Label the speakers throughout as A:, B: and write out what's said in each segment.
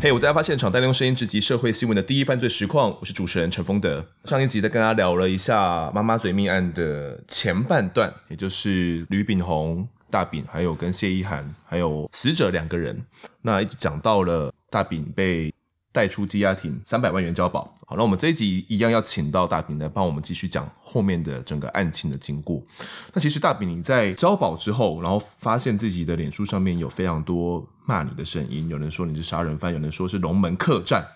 A: 嘿我在案发现场带您用声音直击社会新闻的第一犯罪实况，我是主持人陈丰德。上一集在跟大家聊了一下妈妈嘴命案的前半段，也就是吕炳宏、大炳，还有跟谢依涵，还有死者两个人。那一直讲到了大炳被带出羁押庭，三百万元交保。好，那我们这一集一样要请到大炳来帮我们继续讲后面的整个案情的经过。那其实大饼你在交保之后，然后发现自己的脸书上面有非常多骂你的声音，有人说你是杀人犯，有人说是龙门客栈。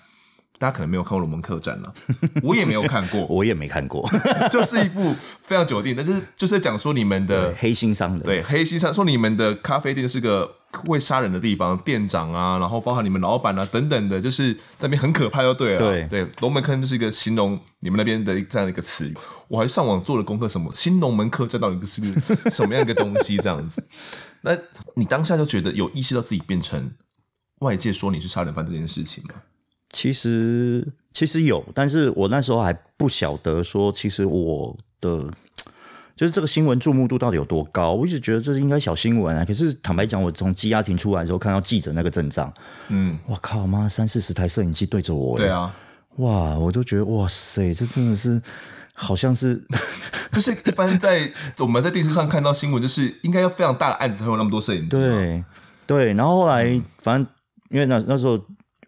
A: 大家可能没有看过《龙门客栈》了，我也没有看 过，
B: 我也没 看过
A: 就是一部非常久的电影，但是就是在讲说你们的
B: 黑心商人，
A: 呃对，黑心商说你们的咖啡店是个会杀人的地方，店长啊，然后包含你们老板啊等等的，就是那边很可怕，就对了。
B: 对
A: 龙门客栈就是一个形容你们那边的这样一个词语。我还上网做了功课，什么新龙门客栈到底是个什么样一个东西？这样 子，那你当下就觉得有意识到自己变成外界说你是杀人犯这件事情吗？
B: 其实其实有，但是我那时候还不晓得说，其实我的就是这个新闻注目度到底有多高。我一直觉得这是应该小新闻啊，可是坦白讲，我从羁押庭出来之后，看到记者那个阵仗，
A: 嗯，
B: 我靠妈，三四十台摄影机对着我，
A: 对，啊，
B: 哇，我都觉得哇塞，这真的是好 像是
A: 就是一般在我们在电视上看到新闻，就是应该要非常大的案子才会有那么多摄影机嘛。
B: 对对，然后后来、
A: 嗯
B: 反正因为那那时候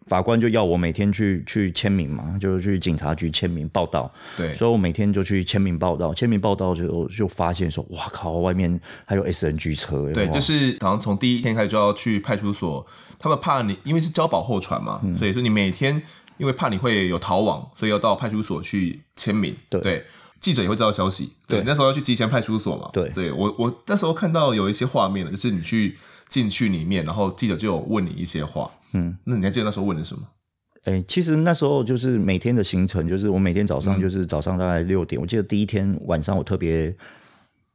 B: 法官就要我每天去去签名嘛，就是去警察局签名报道，
A: 对
B: 所以我每天就去签名报道，签名报道就就发现说，哇靠，外面还有 SNG 车，哎
A: 对，
B: 哇
A: 就是好像从第一天开始就要去派出所，他们怕你，因为是交保候传嘛，
B: 嗯
A: 所以说你每天因为怕你会有逃亡，所以要到派出所去签名。
B: 对
A: 记者也会知道消息。对，
B: 对
A: 那时候要去集前派出所嘛。
B: 对
A: 所以我我那时候看到有一些画面了，就是你去进去里面，然后记者就有问你一些话。嗯，那你还记得那时候问的什么？
B: 哎、其实那时候就是每天的行程，就是我每天早
A: 嗯
B: 上就是早上大概六点，我记得第一天晚上我特别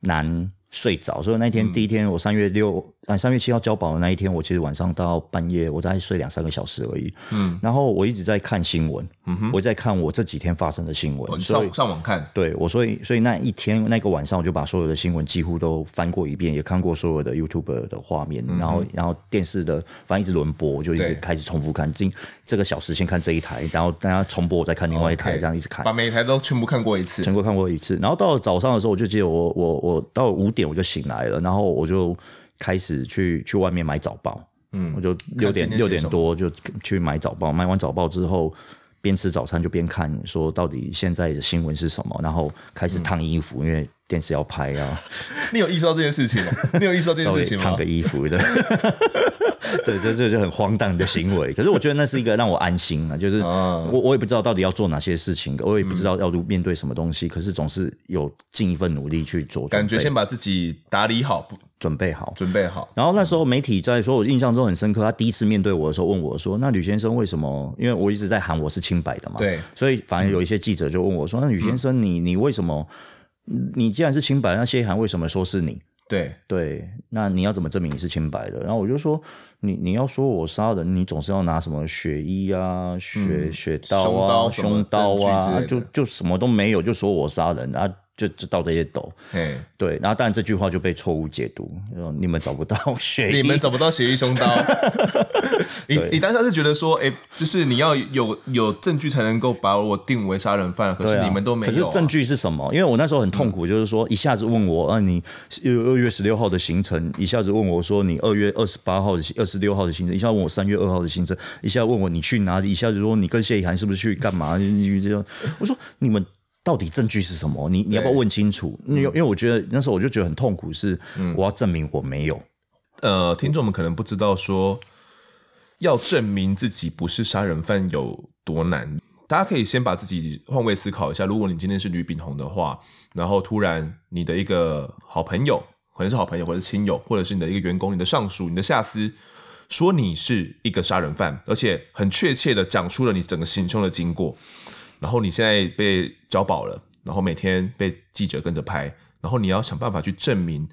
B: 难睡着，所以那
A: 嗯
B: 天第一天我三月六啊三月七号交保的那一天，我其实晚上到半夜我大概睡两三个小时而已，
A: 嗯，
B: 然后我一直在看新闻，嗯哼，我在看我这几天发生的新
A: 哦
B: 闻，
A: 你
B: 所以
A: 上上网看。
B: 对我，所以所以那一天那个晚上，我就把所有的新闻几乎都翻过一遍，也看过所有的 YouTube 的画面，然后然后电视的反正一直轮播，我就一直
A: 嗯对
B: 开始重复看。今这个小时先看这一台，然后大家重播，我再看另外一台
A: OK
B: 这样一直看。
A: 把每一台都全部看过一次
B: 哎全，国看过一次，然后到了早上的时候，我就记得我我我到了五点我就醒来了，然后我就开始去去外面买早报，嗯，我就六点
A: 今天写
B: 六点
A: 什么
B: 多就去买早报，买完早报之后边吃早餐就边看，说到底现在的新闻是什么，然后开
A: 嗯
B: 始烫衣服，因为电视要拍啊，
A: 你有意识到这件事情 吗？你有意识到这件
B: 稍
A: 事
B: 微
A: 情
B: 烫
A: 吗
B: 个？衣服的。 对，这这就很荒诞的行为。可是我觉得那是一个让我安心啊，就是
A: 啊
B: 我我也不知道到底要做哪些事情，我也不知道要面对什么东西，可是总是有尽一份努力去做准备，
A: 感觉先把自己打理好，不
B: 准备好。
A: 准备好。
B: 然后那时候媒体在说，我印象中很深刻。他第一次面对我的时候，问我说：“那吕先生为什么？因为我一直在喊我是清白的嘛，
A: 对
B: 所以反正有一些记者就问我说：‘那吕先生你，你为什么？你既然是清白，那谢涵为什么说是你？’
A: 对，
B: 对，那你要怎么证明你是清白的？然后我就说，你你要说我杀人，你总是要拿什么血衣啊、血、血刀啊、
A: 嗯凶
B: 凶
A: 刀
B: 刀
A: 什么证
B: 啊，
A: 据之类
B: 就
A: 的
B: 就什么都没有，就说我杀人啊，就就到这些抖。
A: 嘿，
B: 对，然后但这句话就被错误解读，就说你们找不到 血衣，
A: 你们找不到协议凶 刀。你你当下是觉得说，哎、就是你要有有证据才能够把我定为杀人犯，可
B: 对
A: 是
B: 啊
A: 你们都没有、嗯
B: 可是证，据是什么？因为我那时候很痛苦，就是说一下子问我，啊，你二二月十六号的行程，一下子问我说你二月二十八号的二十六号的行程，一下问我三月二号的行程，一下问我你去哪里，一下子说你跟谢以涵是不是去干嘛？你这样，我说你们。到底证据是什么？你你要不要
A: 对嗯
B: 问清楚？因为因为我觉得那时候我就觉得很痛苦，是我要证明我没有。
A: 呃，听众们可能不知道说，要证明自己不是杀人犯有多难。大家可以先把自己换位思考一下，如果你今天是吕炳宏的话，然后突然你的一个好朋友，可能是好朋友，或者是亲友，或者是你的一个员工、你的上属、你的下司，说你是一个杀人犯，而且很确切的讲出了你整个行凶的经过，然后你现在被交保了，然后每天被记者跟着拍，然后你要想办法去证明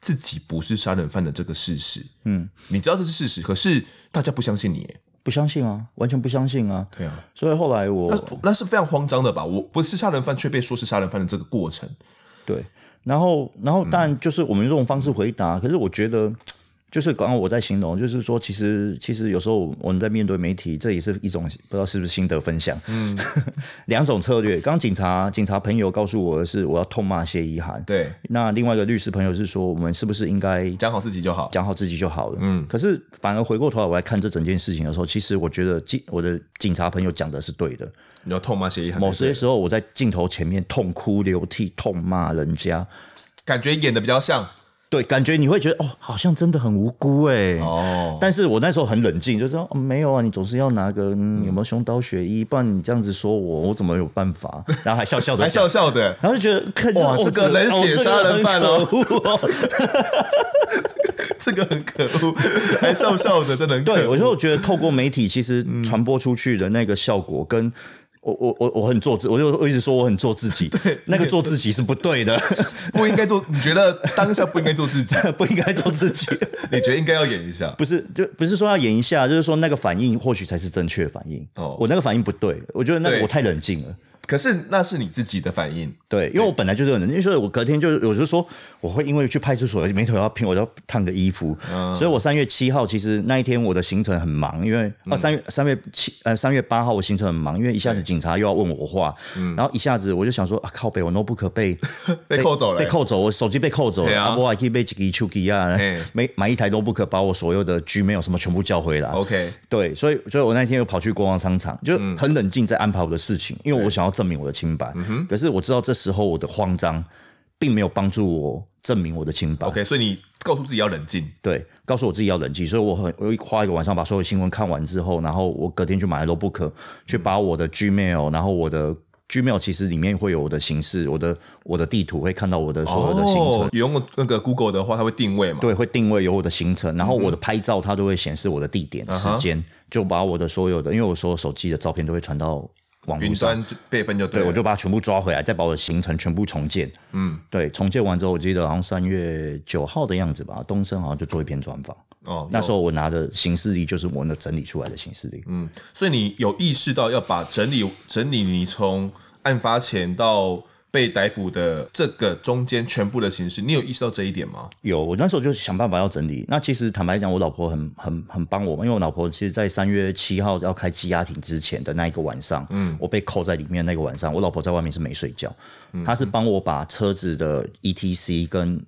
A: 自己不是杀人犯的这个事实。
B: 嗯，
A: 你知道这是事实，可是大家不相信你耶。
B: 不相信啊，完全不相信啊。
A: 对啊，
B: 所以后来我
A: 那那是非常慌张的吧？我不是杀人犯，却被说是杀人犯的这个过程，
B: 嗯对，然后然后当然就是我们用这种方式回答，可是我觉得就是刚刚我在形容，就是说，其实其实有时候我们在面对媒体，这也是一种不知道是不是心得分享，嗯， 两种策略。刚刚警察警察朋友告诉我的是，我要痛骂谢依涵。
A: 对，
B: 那另外一个律师朋友是说，我们是不是应该
A: 讲好自己就好。
B: 讲好自己就好了。嗯，可是反而回过头来我来看这整件事情的时候，其实我觉得警我的警察朋友讲的是对的。
A: 你要痛骂协议很
B: 某些时候我在镜头前面痛哭流涕、痛骂人家，
A: 感觉演的比较像
B: 对，感觉你会觉得哦，好像真的很无辜哎、
A: 哦，
B: 但是我那时候很冷静，就说、哦、没有啊，你总是要拿个、嗯、有没有胸刀血衣，不然你这样子说我，我怎么有办 法？然后还笑笑的
A: 还笑笑的。
B: 然后就哦觉得，看
A: 哇这个冷血杀人犯哦
B: 哦这个很 可恶哦
A: 这个很可 恶，还笑笑的，真的很可恶
B: 对，我就觉得透过媒体，其实
A: 嗯
B: 传播出去的那个效果跟。我我我我很做自，我就我一直说我很做 自己，那个做自己是不对的，
A: 不应该做。你觉得当下不应该做自己？
B: 不应该做自己。
A: 你觉得应该要演一下？
B: 不是，就不是说要演一下，就是说那个反应或许才是正确的反应。
A: 哦
B: 我那个反应不对，我觉得那
A: 对
B: 个我太冷静了。
A: 可是那是你自己的反应，
B: 对，因为我本来就是很冷静，所以我隔天就是我就说我会因为去派出所没头要拼，我就要烫个衣服，
A: 嗯
B: 所以我三月七号其实那一天我的行程很忙，因为
A: 嗯
B: 啊三月三月七呃三月八号我行程很忙，因为一下子警察又要问我话，然后一下子我就想说啊靠北，我 notebook 被
A: 嗯 被扣走了
B: 被扣走，我手机被扣走
A: 对
B: 了，
A: 啊
B: 啊我还可以被几个手机啊
A: 嘿，
B: 买买一台 notebook 把我所有的 Gmail 什么全部叫回来。
A: OK，
B: 对，所以所以我那天又跑去国王商场，就很冷静在安排我的事情，因为我想要证明我的清白。可是我知道这时候我的慌张，并没有帮助我证明我的清白。
A: OK，所以你告诉自己要冷静，
B: 对，告诉我自己要冷静，所以我很我花一个晚上把所有新闻看完之后，然后我隔天去买了 notebook，去把我的 Gmail，然后我的 Gmail 其实里面会有我的形式，我的我的地图会看到我的所有的行程。
A: 哦，有用那个 Google 的话，它会定位嘛？
B: 对，会定位有我的行程，然后我
A: 嗯
B: 的拍照它都会显示我的地点、时
A: 啊
B: 间，就把我的所有的，因为我所有手机的照片都会传到网络
A: 云
B: 上，
A: 端就备份就对
B: 对，
A: 了，
B: 我就把它全部抓回来，再把我的行程全部重建。嗯，对，重建完之后，我记得好像三月九号的样子吧，东升好像就做一篇专访。
A: 哦，
B: 那时候我拿的行事历就是我那整理出来的行事历。
A: 嗯，所以你有意识到要把整理整理你从案发前到被逮捕的这个中间全部的形式，你有意识到这一点吗？
B: 有，我那时候就想办法要整理。那其实坦白讲，我老婆很很很帮我，因为我老婆其实，在三月七号要开羁押庭之前的那一个晚上，嗯，我被扣在里面那个晚上，我老婆在外面是没睡觉，
A: 嗯
B: 她是帮我把车子的 ETC 跟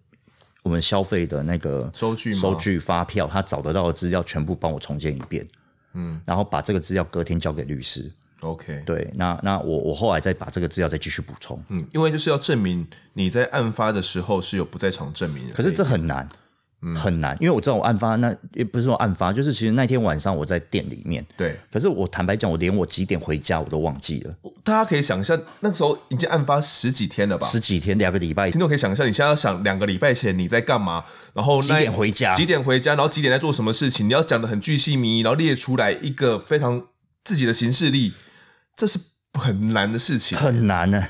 B: 我们消费的那个
A: 收据吗
B: 收据、发票，她找得到的资料全部帮我重建一遍，嗯，然后把这个资料隔天交给律师。
A: OK，
B: 对，那那我我后来再把这个资料再继续补充，
A: 嗯，因为就是要证明你在案发的时候是有不在场证明的，
B: 可是这很难，很难，因为我知道我案发那也不是说案发，就是其实那天晚上我在店里面，
A: 对
B: 可是我坦白讲，我连我几点回家我都忘记了，
A: 大家可以想一下，那时候已经案发十几天了吧？
B: 十几天两个礼拜
A: 听众可以想象，你现在要想两个礼拜前你在干嘛，然后那
B: 几点回家
A: 几点回家，然后几点在做什么事情，你要讲的很具细迷，然后列出来一个非常自己的行事历，这是很难的事 情。
B: 很难呢、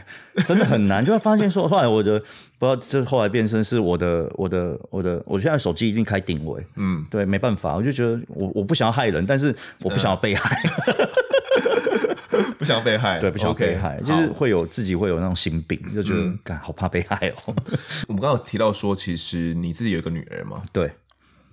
B: 真的很 难，就会发现说，后来我的不知道，这后来变身是我的我的我的，我现在手机一定开定位，嗯，对，没办法，我就觉得我我不想要害人，但是我不想要被害，
A: 不想被害，
B: 对，不想要被害
A: OK，
B: 就是
A: 好
B: 会有自己会有那种心病，就觉得干、好怕被害哦，
A: 我们刚刚有提到说，其实你自己有一个女儿嘛，
B: 对，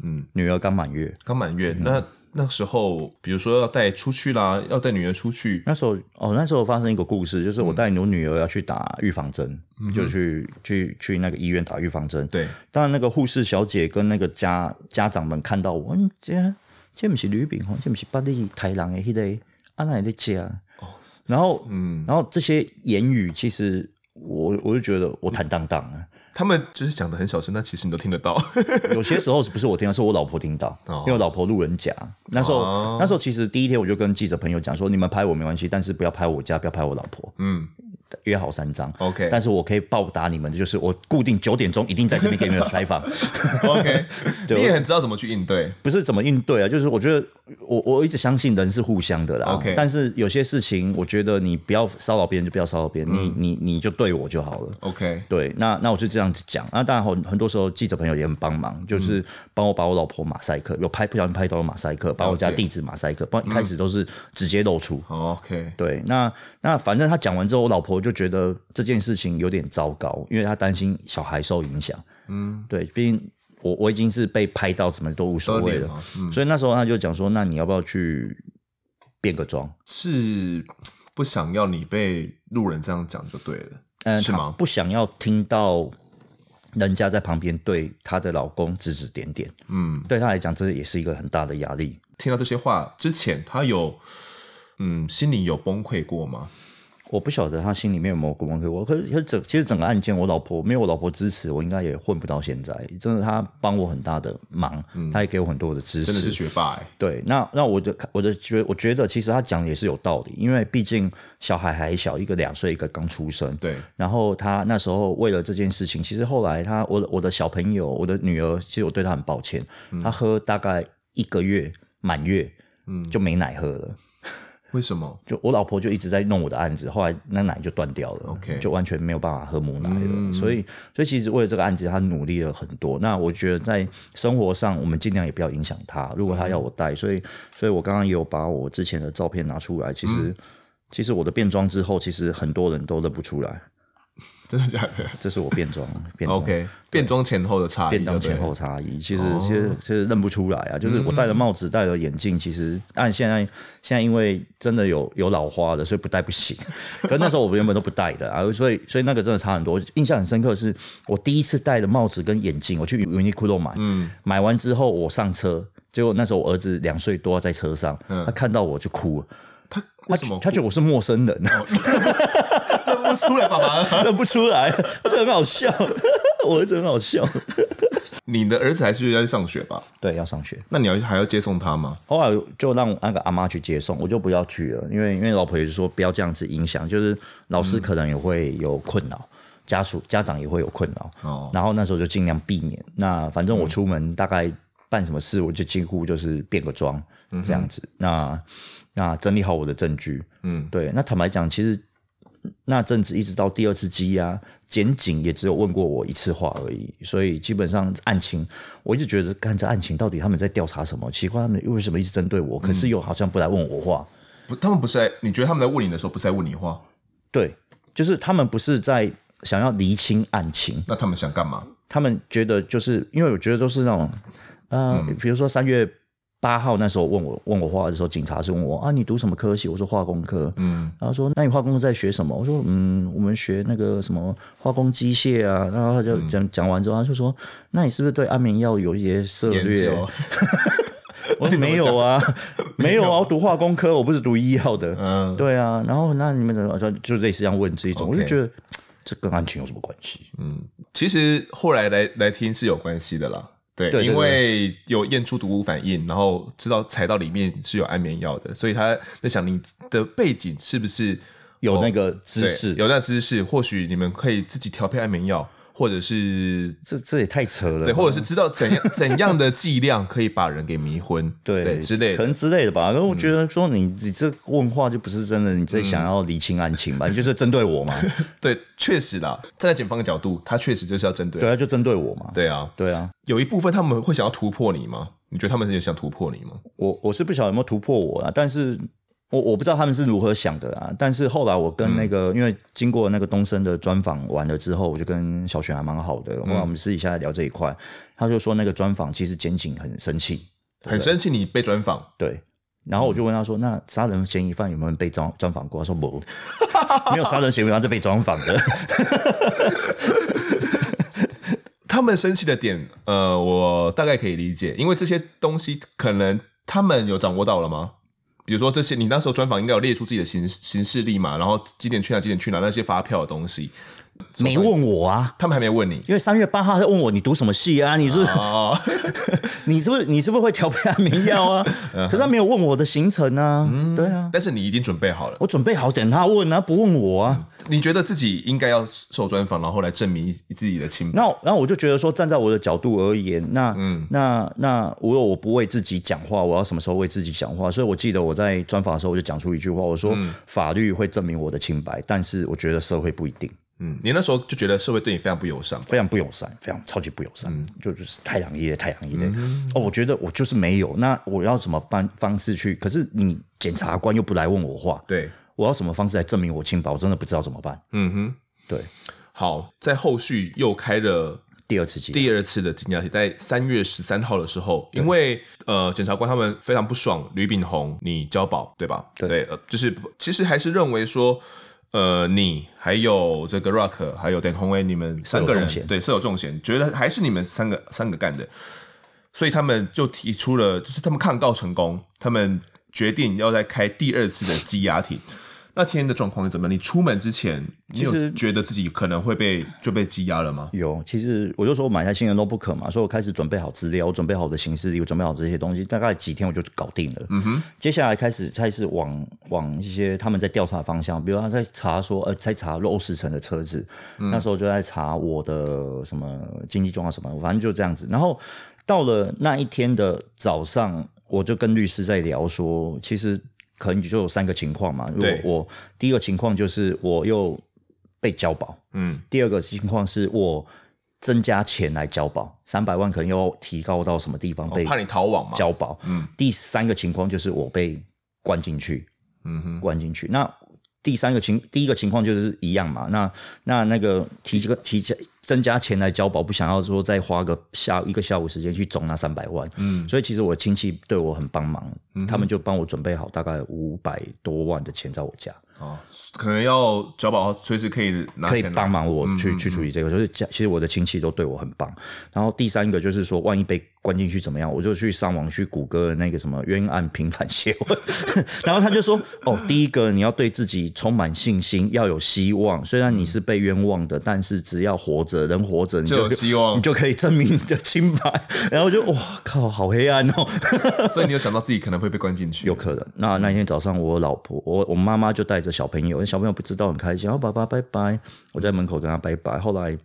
B: 嗯，女儿刚满月，
A: 刚满
B: 嗯
A: 月，那那时候比如说要带出去啦，要带女儿出去，
B: 那时候哦，那时候发生一个故事，就是我带我女儿要去打预防针，就去去去那个医院打预防针。，
A: 对，
B: 当然那个护士小姐跟那个家家长们看到我，嗯，这这不是吕炳宏，这不是巴黎台郎的迄、那个啊那的家。哦，然后嗯，然后这些言语其实我我就觉得我坦荡荡啊，
A: 他们就是讲的很小声，但其实你都听得到。
B: 有些时候是不是我听到，是我老婆听到，
A: 哦
B: 因为我老婆路人甲。那时候、
A: 哦
B: 那时候其实第一天我就跟记者朋友讲说，你们拍我没关系，但是不要拍我家，不要拍我老婆。
A: 嗯
B: 约好三张
A: OK
B: 但是我可以报答你们的就是我固定九点钟一定在这边给你们 采访，
A: ，OK，
B: 对
A: 你也很知道怎么去应对，
B: 不是怎么应对啊，就是我觉得我我一直相信人是互相的啦
A: OK
B: 但是有些事情我觉得你不要骚扰别人就不要骚扰别人，
A: 嗯
B: 你你你就对我就好了。
A: ，OK，
B: 对，那那我就这样子讲。那当然很很多时候记者朋友也很帮忙，就是
A: 嗯
B: 帮我把我老婆马赛克，有拍不小心拍到马赛克，把我家
A: 了解
B: 地址马赛克，不然一开始都是直接露出。
A: 好，OK，
B: 对，那那反正他讲完之后，我老婆就觉得这件事情有点糟糕，因为她担心小孩受影响。嗯，对，毕竟我我已经是被拍到什么都无所谓
A: 都脸
B: 了
A: 嘛，
B: 所以那时候他就讲说，那你要不要去变个妆？
A: 是不想要你被路人这样讲就对了，
B: 嗯，
A: 是
B: 她
A: 吗
B: 不想要听到人家在旁边对她的老公指指点点，
A: 嗯，
B: 对她来讲这也是一个很大的压力。
A: 听到这些话之前，他有嗯心里有崩溃过吗？
B: 我不晓得她心里面有没有过崩溃，我可是可是整其实整个案件，我老婆没有我老婆支持，我应该也混不到现在。真的，她帮我很大的忙，她也给我很多的支
A: 嗯
B: 持，
A: 真的是学霸哎、
B: 对，那那我的看我的觉我觉得其实他讲的也是有道理，因为毕竟小孩还小，一个两岁，一个刚出生。
A: 对，
B: 然后他那时候为了这件事情，其实后来他我的我的小朋友，我的女儿，其实我对她很抱歉，她喝大概一个月满月，嗯，就没奶喝了。
A: 为什么？
B: 就我老婆就一直在弄我的案子，后来那奶就断掉了
A: OK 嗯
B: 就完全没有办法喝母奶了。所以，所以其实为了这个案子，她努力了很多。那我觉得在生活上，我们尽量也不要影响她。如果她要我带，
A: 嗯
B: 所以，所以我刚刚也有把我之前的照片拿出来。其实，
A: 嗯
B: 其实我的变装之后，其实很多人都认不出来，
A: 真的假的
B: 这是我变装，变装。
A: ？OK，变装前后的差异，
B: 便当
A: 对不
B: 前
A: 对
B: 后差异，其实
A: 哦嗯
B: 其实其实认不出来啊。就是我戴了帽子，戴了眼镜，其实按现在现在因为真的有有老花的，所以不戴 不行。可那时候我原本都不戴的啊，所以所以那个真的差很多。印象很深刻是我第一次戴的帽子跟眼镜，我去 Uniqlo 买，
A: 嗯
B: 买完之后我上车，结果那时候我儿子两岁多在车上，他看到我就哭了，
A: 嗯他
B: 他
A: 为什么
B: 他觉得我是陌 生人。
A: 认不 出来爸爸？
B: 认不出来，我觉得很好笑， 我儿子很好笑。
A: 你的儿子还是要去上学吧？
B: 对，要上学。
A: 那你要还要接送他吗？
B: 后来就让那个阿妈去接送，我就不要去了，因为因为老婆也是说不要这样子影响，就是老师可能也会有困扰，家属家长也会有困扰，
A: 哦
B: 然后那时候就尽量避免。那反正我出门大概办什么事，我就几乎就是变个妆这样子。那那整理好我的证据，
A: 嗯，
B: 对。那坦白讲，其实那阵子一直到第二次羁押，检警也只有问过我一次话而已，所以基本上案情，我一直觉得看这案情到底他们在调查什么？奇怪，他们为什么一直针对我？可是又好像不来问我话。
A: 不，他们不是在你觉得他们在问你的时候不是在问你话，
B: 对，就是他们不是在想要厘清案情，
A: 那他们想干嘛？
B: 他们觉得就是因为我觉得都是那种，呃，
A: 嗯
B: 比如说三月八号那时候问我问我话的时候，警察是问我啊，你读什么科系？我说化工科，嗯，然后说那你化工科在学什么？我说嗯，我们学那个什么化工机械啊，然后他
A: 嗯
B: 就讲、讲完之后，他就说那你是不是对安眠药有一些涉
A: 研
B: 略？
A: 究，
B: 我说没有 啊，没有啊，我读化工科，我不是读医药的，
A: 嗯，
B: 对啊，然后那你们怎么就就类似这样问这一种
A: OK
B: 我就觉得这跟案情有什么关系？
A: 其实后来来来听是有关系的啦。对，
B: 对对
A: 因为有验出毒物反应，然后知道踩到里面是有安眠药的，所以他在想你的背景是不是
B: 有那个知
A: 哦对
B: 识，
A: 有那知识，或许你们可以自己调配安眠药，或者是
B: 这这也太扯了吧，
A: 对，或者是知道怎样 怎样的剂量可以把人给迷昏，
B: 对
A: 之类
B: 可
A: 的。嗯
B: 能之类的吧。然后我觉得说你、你这问话就不是真的，你在想要厘清案情吧？你就是针对我嘛，
A: 对，确实啦，站在检方的角度，他确实就是要针对。
B: 对啊，就针对我嘛，
A: 对啊，
B: 对啊。
A: 有一部分他们会想要突破你吗？你觉得他们也想突破你吗？
B: 我我是不晓得有没有突破我啊，但是我我不知道他们是如何想的啊。但是后来我跟
A: 嗯
B: 那个，因为经过那个东升的专访完了之后，我就跟小璇还蛮好的，后来我
A: 嗯
B: 们私底下在聊这一块，他就说那个专访其实检警很生气，
A: 很生气你被专访，
B: 对。然后我就问他说：“那杀人嫌疑犯有没有人被专专访过？”他说：“没， 没有杀人嫌疑犯是被专访的。”
A: 他们生气的点，呃，我大概可以理解，因为这些东西可能他们有掌握到了吗？比如说这些，你那时候专访应该有列出自己的行行事历嘛，然后几点去哪，几点去哪，那些发票的东西，
B: 没问我啊，
A: 他们还没问你
B: 因为三月八号他问我你读什么系啊？你是不是、
A: 哦，
B: 你是不是你是不是会调配安眠药啊？可是他没有问我的行程啊，对啊，
A: 但是你已经准备好了，
B: 我准备好等他问啊，不问我啊。
A: 你觉得自己应该要受专访，然后来证明自己的清白。
B: 那那我就觉得说，站在我的角度而言，那、那那我有我不为自己讲话，我要什么时候为自己讲话？所以我记得我在专访的时候，我就讲出一句话，我说、法律会证明我的清白，但是我觉得社会不一定，
A: 嗯，你那时候就觉得社会对你非常不友善吧，
B: 非常不友善，非常超级不友善，就就是太阳一类，太阳一类。哦，我觉得我就是没有，那我要怎么办方式去？可是你检察官又不来问我话，
A: 对，
B: 我要什么方式来证明我清白？我真的不知道怎么办。
A: 嗯哼。
B: 对，
A: 好，在后续又开了
B: 第二次羁押。
A: 第二次的羁押期在三月十三号的时候，因为呃，检察官他们非常不爽吕炳宏你交保，对吧？
B: 对
A: 呃，就是其实还是认为说。呃，你还有这个 Rock，还有等红威，你们三个人
B: 是有重嫌
A: 对是有重嫌，觉得还是你们三个三个干的，所以他们就提出了，就是他们抗告成功，他们决定要再开第二次的羁押庭。那天的状况是怎么样？你出门之前，你
B: 其实
A: 有觉得自己可能会被就被羁押了吗？
B: 有，其实我就说我买台新的 notebook 嘛，所以我开始准备好资料，我准备好我的形式力，我准备好这些东西，大概几天我就搞定了。嗯哼，接下来开始开始往往一些他们在调查方向，比如他在查说，呃，在查肉食城的车子，那时候就在查我的什么经济状况什么，反正就这样子。然后到了那一天的早上，我就跟律师在聊说，其实可能就有三个情况嘛。如果
A: 对
B: 我第一个情况就是我又被交保。
A: 嗯，
B: 第二个情况是我增加钱来交保，三百万可能要提高到什么地方
A: 我
B: 被
A: 哦怕你逃亡嘛。
B: 交保。
A: 嗯
B: 第三个情况就是我被关进去，
A: 嗯哼，
B: 关进去。那第三个情，第一个情况就是一样嘛。那那那个提这个提加增加钱来交保，不想要说再花个下一个下午时间去总那三百万。嗯，所以其实我亲戚对我很帮忙，
A: 嗯
B: 他们就帮我准备好大概五百多万的钱在我家。
A: 哦，可能要交保，随时可以拿
B: 可以
A: 钱来
B: 帮忙我去、
A: 嗯
B: 去处理这个，就是家其实我的亲戚都对我很棒。然后第三个就是说，万一被关进去怎么样，我就去上网去谷歌那个什么冤案平反协会， 然后他就说，哦，第一个你要对自己充满信心，要有希望。虽然你是被冤枉的，但是只要活着，人活着你
A: 嗯就
B: 就
A: 有希望
B: 你就可以证明你的清白。 然后我就哇靠，好黑暗哦。
A: 所以你有想到自己可能会被关进去？
B: 有可能。那那一天早上，我老婆，我我妈妈就带着小朋友，小朋友不知道很开心，然后爸爸拜拜，我在门口跟他拜拜。后来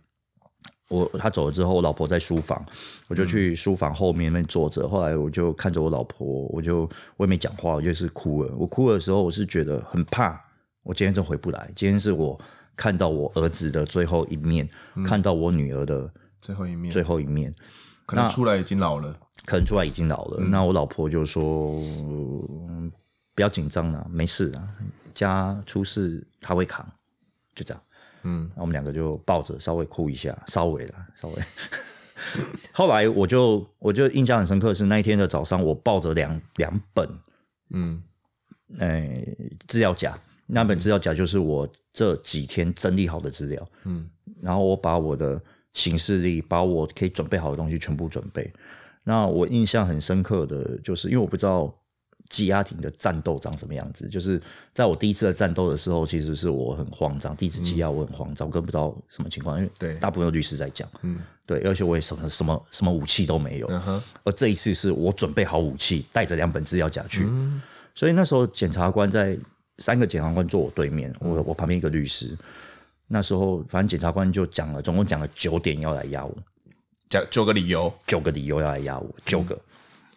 B: 我他走了之后，我老婆在书房，我就去书房后面那边坐着。后来我就看着我老婆，我就我也没讲话，我就是哭了。我哭的时候，我是觉得很怕，我今天真回不来。今天是我看到我儿子的最后一面，看到我女儿的
A: 最后一面，
B: 最后一面。
A: 可能出来已经老了，
B: 可能出来已经老了。那我老婆就说、嗯不要紧张啦，没事啊，家出事他会扛，就这样。
A: 嗯，
B: 那我们两个就抱着稍微哭一下，稍微啦，稍微。 后来我就我就印象很深刻是那一天的早上，我抱着两两本
A: 嗯，
B: 诶、资料夹，那本资料夹就是我这几天整理好的资料，
A: 嗯，
B: 然后我把我的行事历，把我可以准备好的东西全部准备。那我印象很深刻的就是，因为我不知道羁押庭的战斗长什么样子，就是在我第一次的战斗的时候，其实是我很慌张，第一次羁押我很慌张，我根本不知道什么情况，因
A: 对
B: 为大部分的律师在讲，
A: 嗯，
B: 对，而且我也什么什么什么武器都没有，
A: 嗯哼，
B: 而这一次是我准备好武器，带着两本资料夹去。所以那时候检察官在三个检察官坐我对面，我我旁边一个律师。那时候反正检察官就讲了，总共讲了九点要来压我，
A: 讲九个理由，
B: 九个理由要来压我，九个。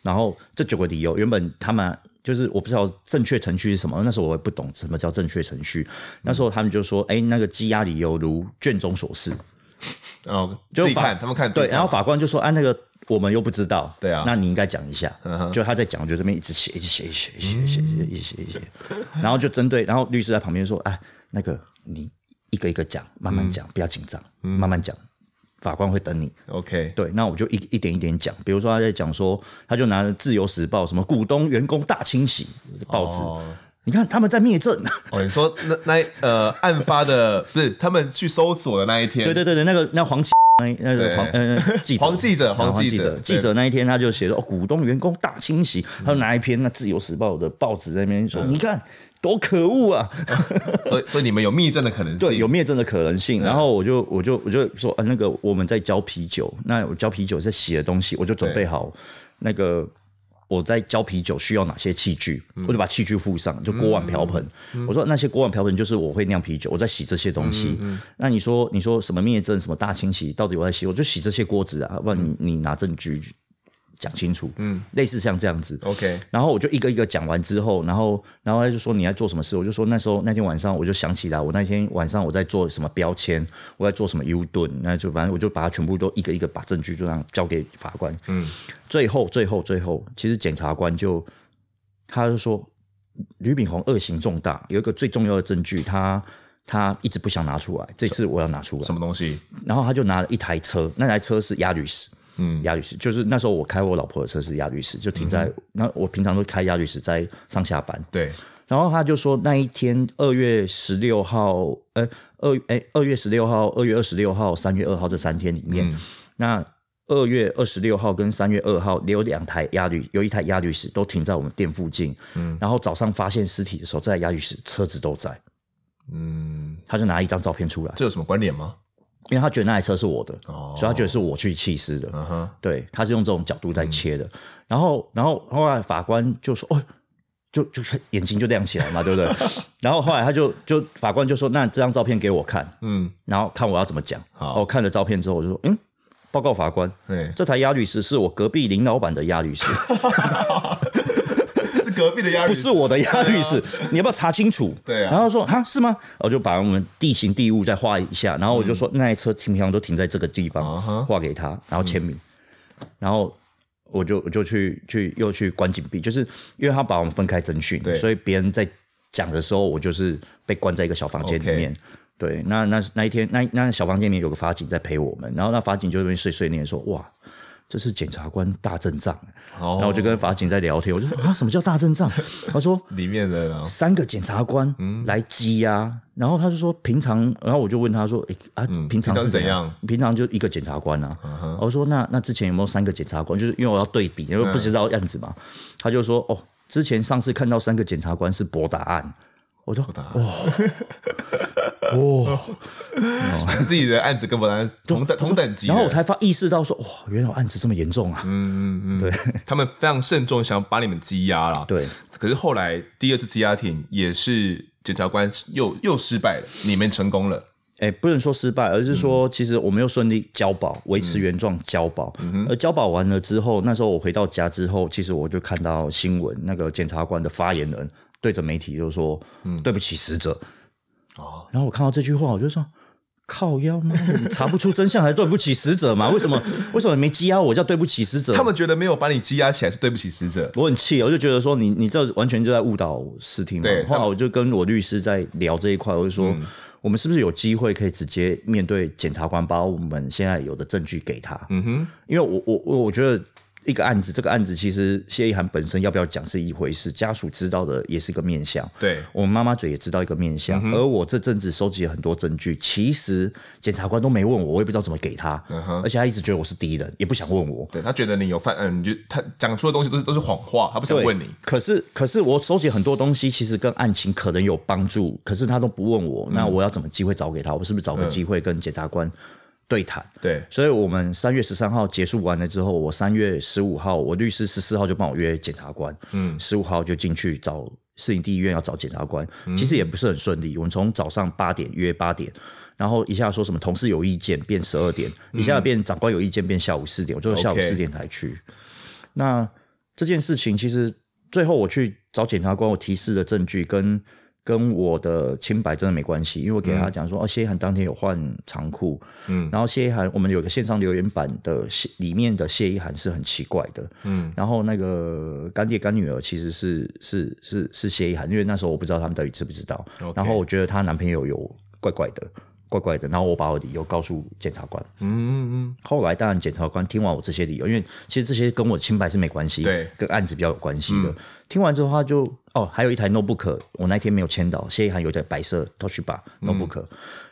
B: 然后这九个理由原本他们就是我不知道正确程序是什么，那时候我也不懂什么叫正确程序。那时候他们就说：“哎，那个羁押理由如卷宗所示。”
A: 然后
B: 就
A: 哦自己
B: 法
A: 看，他们看
B: 对，然后
A: 后
B: 法官就说：“啊，那个我们又不知道，
A: 对啊
B: 那你应该讲一下。
A: 嗯哼
B: 就他在讲，我就这边一直写，一直写，一直写，一直写，一直写， 一直写，一直写，然后就针对，然后律师在旁边说：“哎，那个你一个一个讲，慢慢讲，不要紧张，
A: 嗯
B: 慢慢讲，法官会等你。”
A: OK，
B: 对，那我就一一点一点讲，比如说他在讲说，他就拿着《自由时报》什么股东员工大清洗报纸，
A: 哦
B: 你看他们在灭证，
A: 哦，你说那那呃，案发的 不是他们去搜索的那一天，
B: 对对对对，那个那黄奇那那
A: 对
B: 个黄呃 记者
A: 黄记者
B: 啊
A: 黄
B: 黄
A: 记
B: 记
A: 者
B: 者
A: 对
B: 记者那一天他就写说哦，股东员工大清洗，他就拿一篇那《自由时报》的报纸在那边
A: 嗯
B: 说，你看多可恶啊！
A: 所以所以你们有密证的可能性，
B: 对，有灭证的可能性。然后我就我就我就说，啊，那个我们在教啤酒，那我教啤酒在写的东西，我就准备好那个我在教啤酒需要哪些器具，
A: 嗯
B: 我就把器具附上，就锅碗瓢盆。我说那些锅碗瓢盆就是我会酿啤酒，我在洗这些东
A: 嗯
B: 西。那你说你说什么灭证，什么大清洗，到底我在洗？我就洗这些锅子啊，不然你你拿证据讲清楚。嗯，类似像这样子。
A: OK，
B: 然后我就一个一个讲完之后，然后然后他就说你在做什么事，我就说那时候那天晚上我就想起来，我那天晚上我在做什么标签，我在做什么 U 盾，那就反正我就把它全部都一个一个把证据就这样交给法官。嗯，最后最后最后，其实检察官就他就说吕炳宏恶行重大，有一个最重要的证据，他他一直不想拿出来，这次我要拿出来
A: 什。么东西？
B: 然后他就拿了一台车，那台车是亚旅斯，嗯，亚旅斯就是那时候我开我老婆的车是亚旅斯，就
A: 嗯
B: 停在、那我平常都开亚旅斯在上下班。
A: 对，
B: 然后他就说那一天二月十六号，呃，二哎二月十六号、二月二十六号、三月二号这三天里
A: 嗯
B: 面，那二月二十六号跟三月二号有两台压旅，有一台压旅室都停在我们店附近，嗯，然后早上发现尸体的时候，在压旅室车子都在，
A: 嗯，
B: 他就拿一张照片出来，
A: 这有什么关联吗？
B: 因为他觉得那台车是我的，
A: 哦
B: 所以他觉得是我去弃尸的，
A: 嗯哼，
B: 对，他是用这种角度在切的。然后，然后后来法官就说：“哦，就就是眼睛就亮起来嘛，对不对？”然后后来他就就法官就说：“那这张照片给我看，
A: 嗯，
B: 然后看我要怎么讲。”哦
A: 好
B: 我看了照片之后，我就说：“嗯，报告法官，
A: 对，
B: 这台鸭律师是我隔壁林老板的鸭律师，
A: 是隔壁的鸭，
B: 不是我的鸭律师，你要不要查清楚？”
A: 对啊
B: 然后说：“哈，是吗？”我就把我们地形地物再画一下，然后我就说：“那台车停平常都停在这个地
A: 嗯啊
B: 方，
A: 哈嗯
B: 画给他，然后签名，然后我就我就去去又去关禁闭，就是因为他把我们分开侦讯
A: 对，
B: 所以别人在讲的时候，我就是被关在一个小房间里面。对，那那那一天，那那小房间里面有个法警在陪我们，然后那法警就在那边碎碎念说：“哇，这是检察官大阵仗。
A: 哦
B: 然后我就跟法警在聊天，我就说：“啊，什么叫大阵仗？” 他说：“
A: 里面的啦，
B: 三个检察官
A: 嗯
B: 来羁押、然后他就说平常，然后我就问他说，诶啊，
A: 嗯平
B: 平常是
A: 常是怎嗯
B: 样？平常就一个检察官啊。我说那那之前有没有三个检察官？就是因为我要对比，因为不知道案子嘛。
A: 嗯
B: 他就说哦，之前上次看到三个检察官是博达案。我说
A: 答
B: 哇哇，
A: 自己的案子跟本来同等同等级的，
B: 然后我才发意识到说哇，原来我案子这么严重啊。
A: 嗯嗯嗯，
B: 对，
A: 他们非常慎重，想把你们羁押啦。
B: 对，
A: 可是后来第二次羁押庭也是检察官又又失败了，你们成功了，
B: 哎、不能说失败，而是说其实我们又顺利交保，维持原状交保。而交保完了之后，那时候我回到家之后，其实我就看到新闻，那个检察官的发言人对着媒体就说：“对不起，死者。”
A: 哦，
B: 然后我看到这句话，我就说。靠腰吗？你查不出真相还对不起死者吗？为什么？为什么你没羁押我叫对不起 死者？
A: 他们觉得没有把你羁押起来是对不起死者，
B: 我很气，我就觉得说你你这完全就在误导视听嘛
A: 对。
B: 后
A: 他
B: 来我就跟我律师在聊这一块，我就说、我们是不是有机会可以直接面对检察官，把我们现在有的证据给他？嗯哼，因为我我我我觉得。一个案子，这个案子其实谢依涵本身要不要讲是一回事，家属知道的也是一个面向。
A: 对
B: 我们妈妈嘴也知道一个面相，而我这阵子收集了很多证据，其实检察官都没问我，我也不知道怎么给他，而且他一直觉得我是敌人，也不想问我。
A: 对他觉得你有犯，嗯，你就他讲出的东西都是都是谎话，他不想
B: 对，
A: 问你，
B: 可是可是我收集很多东西，其实跟案情可能有帮助，可是他都不问我，
A: 嗯
B: 那我要怎么机会找给他？我是不是找个机会跟检察官对谈？
A: 对，
B: 所以我们三月十三号结束完了之后，我三月十五号，我律师十四号就帮我约检察官，嗯，十五号就进去找市营地医院要找检察官，
A: 嗯
B: 其实也不是很顺利。我们从早上八点约八点，然后一下说什么同事有意见变十二点，一下变长官有意见变下午四点，我就下午
A: 嗯 OK
B: 四点才去。那这件事情其实最后我去找检察官，我提示的证据跟跟我的清白真的没关系，因为我给他讲说，哦，谢依涵当天有换长裤，嗯，然后谢依涵我们有个线上留言板的谢里面的谢依涵是很奇怪的，嗯，然后那个干爹干女儿其实是是是是谢依涵，因为那时候我不知道他们到底知不知道
A: OK
B: 然后我觉得她男朋友有怪怪的。怪怪的，然后我把我理由告诉检察官，
A: 嗯嗯
B: 后来当然检察官听完我这些理由，因为其实这些跟我清白是没关系，
A: 对嗯
B: 跟案子比较有关系的。听完之后他就哦，还有一台 notebook，我那天没有签到，谢依涵有一台白色 Touch Bar notebook，、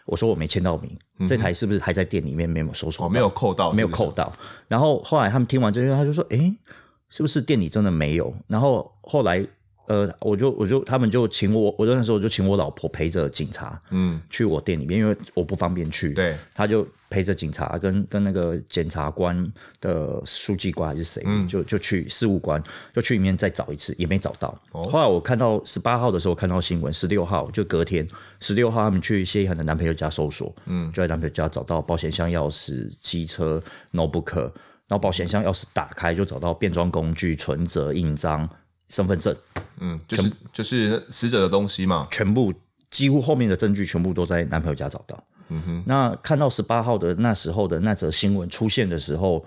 B: 我
A: 嗯
B: 说我没签到名，这台是不是还在店里面没有搜索
A: 哦，
B: 到？
A: 没有扣到，
B: 没有
A: 是不是
B: 扣，到。然后后来他们听完这些，他就说：“诶，是不是店里真的没有？”然后后来呃，我就我就他们就请我，我那时候我就请我老婆陪着警察，
A: 嗯，
B: 去我店里面，因为我不方便去，
A: 对，
B: 他就陪着警察跟跟那个检察官的书记官还是谁，就就去事务官就去里面再找一次，也没找到。后来我看到十八号的时候看到新闻，十六号就隔天，十六号他们去谢依涵的男朋友家搜索，嗯，就在男朋友家找到保险箱、钥匙、机车、notebook，然后保险箱钥匙打开就找到变装工具、存折、印章、身份证，
A: 嗯，就是就是死者的东西嘛，
B: 全部几乎后面的证据全部都在男朋友家找到。嗯哼，那看到十八号的那时候的那则新闻出现的时候，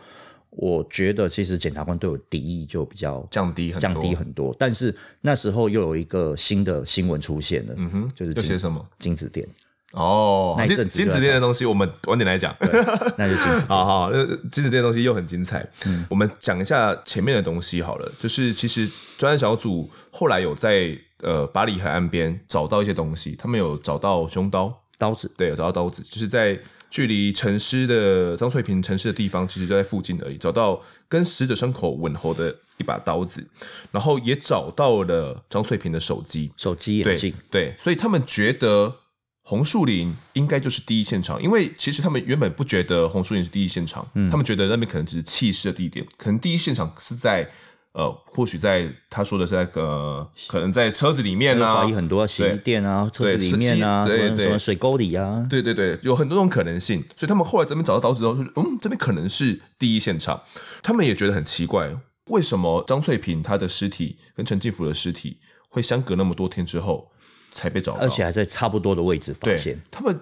B: 我觉得其实检察官对我敌意就比较
A: 降低很多，
B: 降低很多，但是那时候又有一个新的新闻出现了，嗯哼，就是
A: 要写
B: 金
A: 什么？
B: 金子店，
A: 哦，
B: 那一
A: 其
B: 阵
A: 实
B: 子
A: 金
B: 就
A: 子
B: 在
A: 店的东西，我们晚点来讲。
B: 那就禁止。
A: 好好，那金子店的东西又很精彩。我们讲一下前面的东西好了，就是其实专案小组后来有在呃巴黎海岸边找到一些东西，他们有找到凶刀，
B: 刀子
A: 对，有找到刀子，就是在距离陈尸的张翠萍陈尸的地方，其实就在附近而已，找到跟死者伤口吻合的一把刀子，然后也找到了张翠萍的手机，
B: 手机眼镜
A: 对，对，所以他们觉得红树林应该就是第一现场，因为其实他们原本不觉得红树林是第一现场，他们觉得那边可能只是弃尸的地点，可能第一现场是在呃，或许在他说的是在呃，可能在车子里面啦、
B: 怀疑很多啊洗衣
A: 对
B: 店啊、车
A: 对
B: 子里
A: 是
B: 面啊、
A: 洗
B: 什
A: 对
B: 么
A: 对
B: 什么水沟里啊，
A: 对对对，有很多种可能性，所以他们后来这边找到刀子之后，就嗯，这边可能是第一现场，他们也觉得很奇怪，为什么张翠萍她的尸体跟陈进福的尸体会相隔那么多天之后才被找到，
B: 而且还在差不多的位置发现
A: 对。他们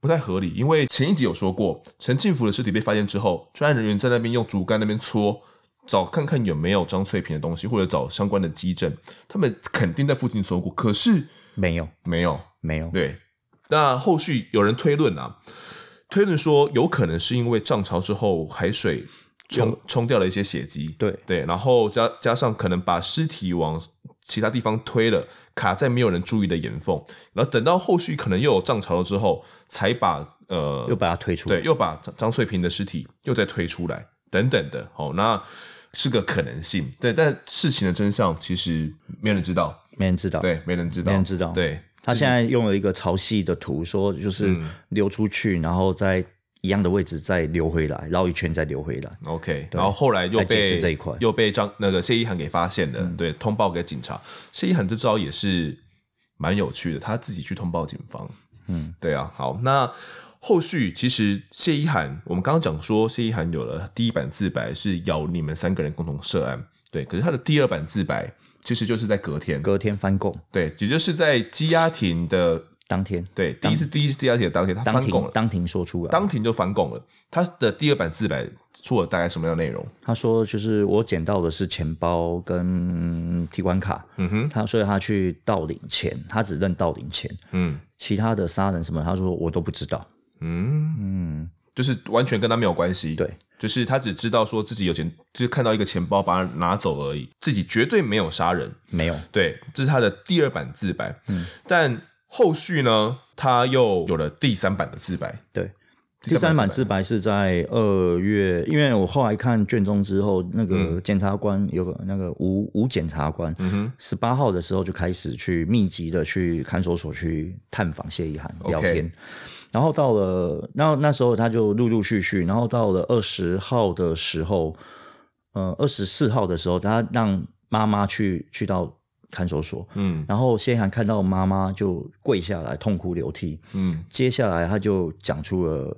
A: 不太合理，因为前一集有说过，陈进福的尸体被发现之后，专案人员在那边用竹竿那边搓，找看看有没有张翠萍的东西，或者找相关的基证，他们肯定在附近搜过，可是
B: 没有，
A: 没有。
B: 没有，
A: 对，那后续有人推论啊，推论说有可能是因为涨潮之后海水冲冲掉了一些血迹，
B: 对
A: 对，然后加加上可能把尸体往其他地方推了，卡在没有人注意的岩缝，然后等到后续可能又有涨潮了之后，才把呃
B: 又把它推出。
A: 对，又把张张翠萍的尸体又再推出来，等等的。哦，那是个可能性，对，但事情的真相其实没有人知道，
B: 没人知道。
A: 对，没人知道，
B: 没人知道
A: 对。
B: 他现在用了一个潮汐的图，说就是
A: 嗯
B: 流出去，然后再一样的位置再流回来，绕一圈再流回来。
A: OK，然后后来又
B: 来解
A: 被
B: 释这一块嗯
A: 又被张那个谢依涵给发现的，对，通报给警察。谢依涵这招也是蛮有趣的，他自己去通报警方。嗯，对啊，好，那后续其实谢依涵，我们刚刚讲说谢依涵有了第一版自白是咬你们三个人共同涉案，对，可是他的第二版自白其实就是在隔天，
B: 隔天翻供，
A: 对，也就是在羁押庭的
B: 当天
A: 对第一次第一次羁押庭的当天，他
B: 当
A: 啊翻供
B: 庭
A: 了，
B: 当庭说出来，
A: 当庭就翻供了。他的第二版自白说了大概什么样的内容？
B: 他说就是我捡到的是钱包跟提款卡，嗯哼，他所以他去盗领钱，他只认盗领钱，
A: 嗯。
B: 其他的杀人什么，他说我都不知道。
A: 嗯，就是完全跟他没有关系。
B: 对，
A: 就是他只知道说自己有钱，就是看到一个钱包把它拿走而已，自己绝对没有杀人。
B: 没有，
A: 对，这是他的第二版自白。嗯，但后续呢，他又有了第三版的自白。
B: 对。第三版自白是在二月，因为我后来看卷宗之后，那个检察官有个那个吴吴检察官，十八、号的时候就开始去密集的去看守所去探访谢依涵
A: OK
B: 聊天，然后到了那那时候他就陆陆续续，然后到了二十号的时候，呃，二十四号的时候，他让妈妈去去到看守所，
A: 嗯
B: 然后谢依涵看到妈妈就跪下来痛哭流涕，
A: 嗯
B: 接下来他就讲出了，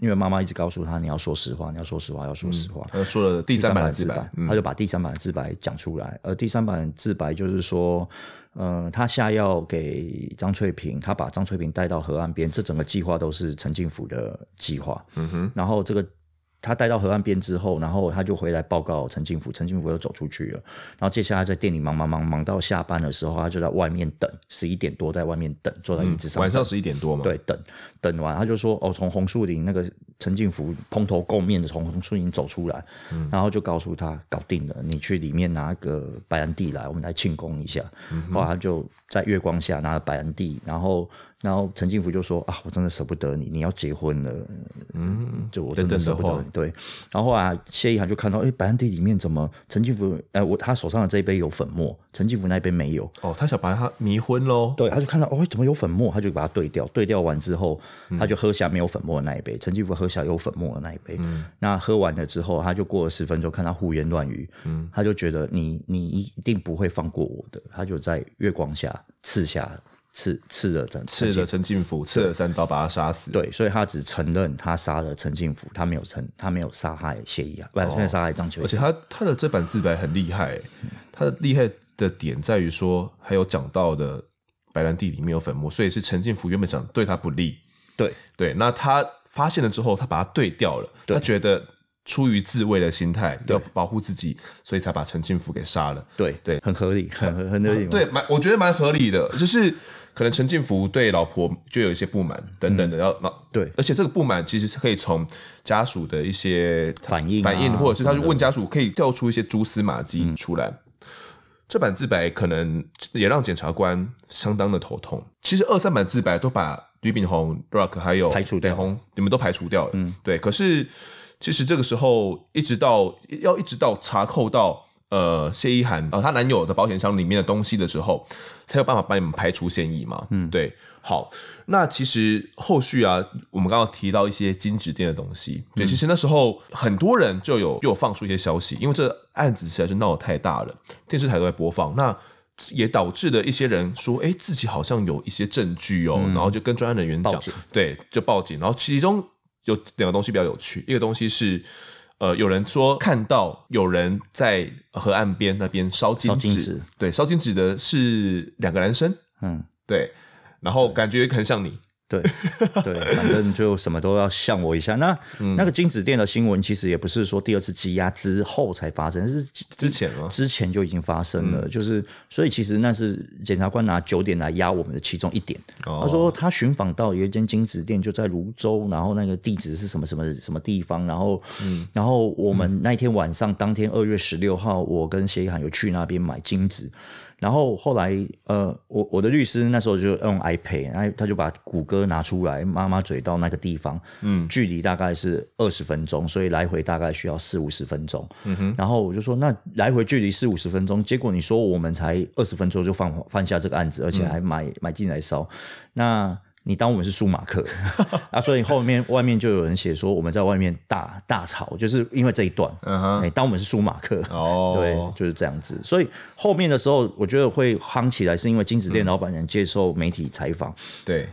B: 因为妈妈一直告诉他你要说实话，你要说实话，要说实话。
A: 他说了嗯第
B: 第
A: 三版的
B: 版
A: 自
B: 自
A: 白
B: 白，，
A: 嗯
B: 他就把第三版的自白讲出来。而第三版自白就是说，呃，他下药给张翠萍，他把张翠萍带到河岸边，这整个计划都是陈进福的计划。
A: 嗯哼，
B: 然后这个他带到河岸边之后，然后他就回来报告陈进福，陈进福又走出去了。然后接下来在店里忙忙忙忙到下班的时候，他就在外面等，十一点多在外面等，坐在椅子上、
A: 晚上十一点多嘛。，
B: 对，等等完，他就说哦，从红树林那个陈进福蓬头垢面的从红树林走出来，然后就告诉他搞定了，你去里面拿个白兰地来，我们来庆功一下。后来他就在月光下拿了白兰地，然后然后陈进福就说啊，我真的舍不得你，你要结婚了，嗯，就我真的舍不
A: 等
B: 得
A: 等
B: 你。对，然后后来谢依涵就看到，哎，白兰地里面怎么陈进福，哎、我他手上的这一杯有粉末，陈进福那一杯没有。
A: 哦，他想把他迷昏喽。
B: 对，他就看到哦，怎么有粉末？他就把它兑掉，兑掉完之后，他就喝下没有粉末的那一杯，陈继福喝下有粉末的那一杯。
A: 嗯
B: 那喝完了之后，他就过了十分钟，看他胡言乱语，
A: 嗯
B: 他就觉得你你一定不会放过我的，他就在月光下刺下刺刺了陈
A: 刺了陈进福，刺了三刀，把他杀死。
B: 对，所以他只承认他杀了陈进福，他没有承他没有杀害谢依啊，不是，没有杀害张秋
A: 哦而
B: 怡。
A: 且他他的这版自白很厉害欸、他的厉害的点在于说，还有讲到的白兰地里面有粉末，所以是陈进福原本想对他不利，
B: 对
A: 对，那他发现了之后，他把它对掉了，他觉得出于自卫的心态，要保护自己，所以才把陈进福给杀了。
B: 对
A: 对
B: 很合理，很很很合理嘛。
A: 对，蛮我觉得蛮合理的，就是可能陈进福对老婆就有一些不满等等的，要老
B: 对
A: 而且这个不满其实是可以从家属的一些
B: 反应啊
A: 反应，或者是他去问家属，可以调出一些蛛丝马迹出来。这版自白可能也让检察官相当的头痛。其实二三版自白都把吕炳宏、Rock 还有
B: 排除掉
A: 北红，你们都排除掉了。嗯，对。可是其实这个时候一直到要一直到查扣到呃谢依涵呃她男友的保险箱里面的东西的时候，才有办法把你们排除嫌疑嘛。嗯，对。好，那其实后续啊，我们刚刚提到一些金指店的东西，
B: 嗯
A: 对，其实那时候很多人就有就有放出一些消息，因为这案子实在是闹得太大了，电视台都在播放，那也导致了一些人说，哎，自己好像有一些证据哦，然后就跟专案人员
B: 嗯报
A: 讲
B: 警，
A: 对，就报警，然后其中有两个东西比较有趣，一个东西是。呃，有人说看到有人在河岸边那边烧金
B: 烧金
A: 纸，
B: 纸
A: 对，烧金纸的是两个男生，
B: 嗯，
A: 对，然后感觉很像你，
B: 对 对，反正就什么都要像我一下。那、
A: 嗯
B: 那个金子店的新闻其实也不是说第二次羁押之后才发生，是
A: 之前吗？嗯
B: 之前就已经发生了，就是所以其实那是检察官拿九点来压我们的其中一点。
A: 哦
B: 他说他寻访到有一间金子店就在泸州，然后那个地址是什么什么什么地方，然后、然后我们那一天晚上，当天二月十六号，我跟谢一涵有去那边买金子。然后后来，呃，我我的律师那时候就用 iPad，然后他就把谷歌拿出来，妈妈嘴到那个地方，嗯，距离大概是二十分钟，所以来回大概需要四五十分钟，嗯哼。然后我就说，那来回距离四五十分钟，结果你说我们才二十分钟就放放下这个案子，而
A: 嗯
B: 且还买、买进来烧，那你当我们是舒马克 啊？所以后面外面就有人写说我们在外面大大吵，就是因为这一段，
A: 嗯哼，
B: 哎，当我们是舒马克，对
A: 哦，，
B: 就是这样子。所以后面的时候，我觉得会夯起来，是因为金子
A: 嗯
B: 店老板人接受媒体采访，
A: 对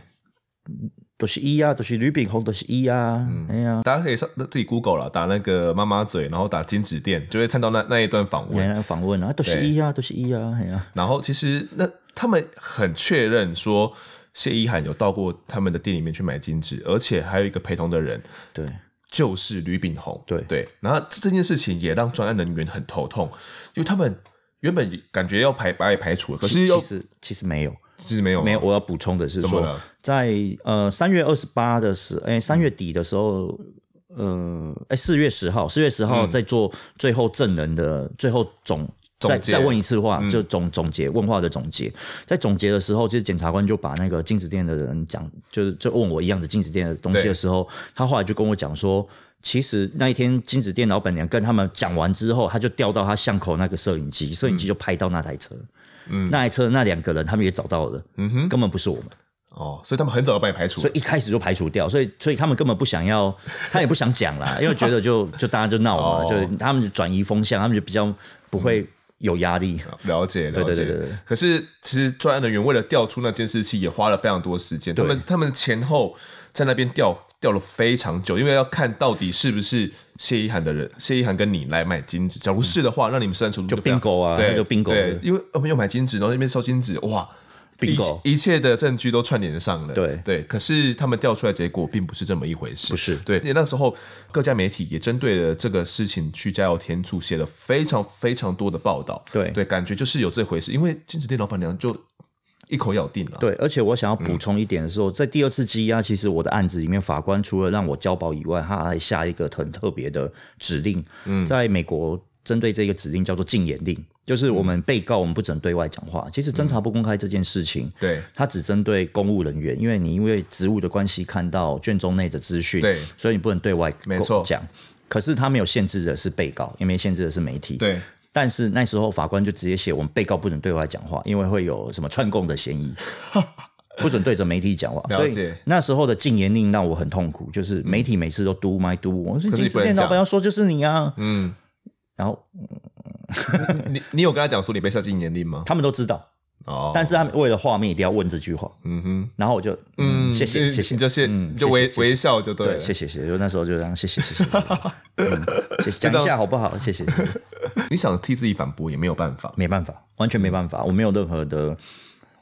B: 都是一啊，都是吕炳宏，都是一啊，
A: 嗯
B: 哎呀、
A: 大家可以上自己 Google 了，打那个妈妈嘴，然后打金指店，就会看到那那一段访问。
B: 人家访问啊，都是一啊，都是一啊，哎呀、
A: 然后其实那他们很确认说。谢依涵有到过他们的店里面去买金纸，而且还有一个陪同的人
B: 对
A: 就是吕炳宏。
B: 对
A: 对，然后这这件事情也让专案人员很头痛，因为他们原本感觉要排把也排除了，可是
B: 其
A: 又
B: 其实其实没有，
A: 其实没有啊
B: 没有，我要补充的是
A: 怎么
B: 说
A: 了，
B: 在呃三月二十八的时，哎、三月底的时候，呃，哎四月十号，四月十
A: 嗯
B: 号在做最后证人的、最后总。
A: 总
B: 再
A: 结嗯
B: 再问一次话，就总总结问话的总结，在总结的时候，其实检察官就把那个镜子店的人讲，就是就问我一样的镜子店的东西
A: 对
B: 的时候，他后来就跟我讲说，其实那一天金子店老板娘跟他们讲完之后，他就调到他巷口那个摄影机，摄影机就拍到那台车，那台车那两个人他们也找到了，嗯哼，根本不是我们，
A: 哦，所以他们很早就把你排除
B: 所
A: 了
B: 以。一开始就排除掉，所 以所以他们根本不想要，他也不想讲 啦，因为觉得就就大家就闹嘛，
A: 哦
B: 就他们就转移风向，他们就比较不会有压力，
A: 了解，了解。
B: 对对对对对
A: 可是其实专案人员为了调出那监视器，也花了非常多时间。他们他们前后在那边调调了非常久，因为要看到底是不是谢依涵的人，谢依涵跟你来买金纸。假如是的话，那你们删除就
B: 嗯就
A: 非常
B: bingo 啊
A: 对，
B: 那就 bingo
A: 对
B: 了，
A: 因为我们又买金纸，然后那边收金纸，哇。
B: bingo
A: 一一切的证据都串联上了，
B: 对
A: 对，可是他们调出来结果并不是这么一回事，
B: 不是
A: 对，也那时候各家媒体也针对了这个事情去加油添醋，写了非常非常多的报道，
B: 对
A: 对，感觉就是有这回事，因为金子店老板娘就一口咬定了，
B: 对，而且我想要
A: 嗯
B: 补充一点的时候，在第二次羁押，其实我的案子里面，法官除了让我交保以外，他还下一个很特别的指令，
A: 嗯
B: 在美国针对这个指令叫做禁言令，就是我
A: 嗯
B: 们被告我们不准对外讲话。其实侦查不公开这件事情，
A: 对
B: 它只针对公务人员，因为你因为职务的关系看到卷宗内的资讯，
A: 对
B: 所以你不能对外
A: 没错
B: 讲。可是他没有限制的是被告，也没限制的是媒体，
A: 对
B: 但是那时候法官就直接写，我们被告不准对外讲话，因为会有什么串供的嫌疑， 不准对着媒体讲话。
A: 了
B: 所
A: 解
B: 以那时候的禁言令让我很痛苦，就是媒体每次都 do my do，我说
A: 嗯可是你
B: 你之
A: 不能
B: 前老
A: 讲
B: 板要说就是你啊，
A: 嗯，
B: 然后
A: 你你有跟他讲说你被下禁言令吗？
B: 他们都知道，
A: 哦，
B: 但是他们为了画面一定要问这句话，
A: 嗯哼，
B: 然后我就嗯，谢
A: 你
B: 谢谢谢，
A: 你就谢，
B: 嗯
A: 你就
B: 谢谢
A: 微
B: 谢谢
A: 微笑就对了，
B: 对，谢谢谢谢，就那时候就这样，谢谢谢谢，谢谢嗯 谢谢，讲一下好不好？谢谢，谢谢
A: 你想替自己反驳也没有办法，嗯
B: 没办法，完全没办法，我没有任何的，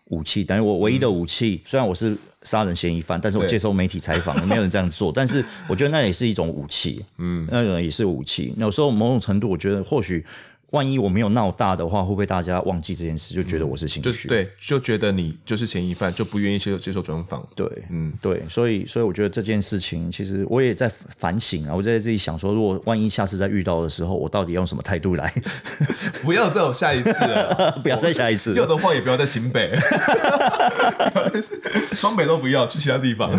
B: 武器，等于我唯一的武器，虽然我是杀人嫌疑犯，但是我
A: 对
B: 接受媒体采 访，没有人这样做，但是我觉得那也是一种武器，嗯，那种也是武器。那有时候某种程度，我觉得或许万一我没有闹大的话，会不会大家忘记这件事，就觉得我是心
A: 嗯就是
B: 虚？
A: 对，就觉得你就是嫌疑犯，就不愿意接受接受专访。
B: 对，嗯，对，所以所以我觉得这件事情，其实我也在反省啊，我在自己想说，如果万一下次再遇到的时候，我到底要用什么态度来？
A: 不要再有下一次了，
B: 不要再下一次了
A: 要的话也不要在新北， 双北都不要，去其他地方，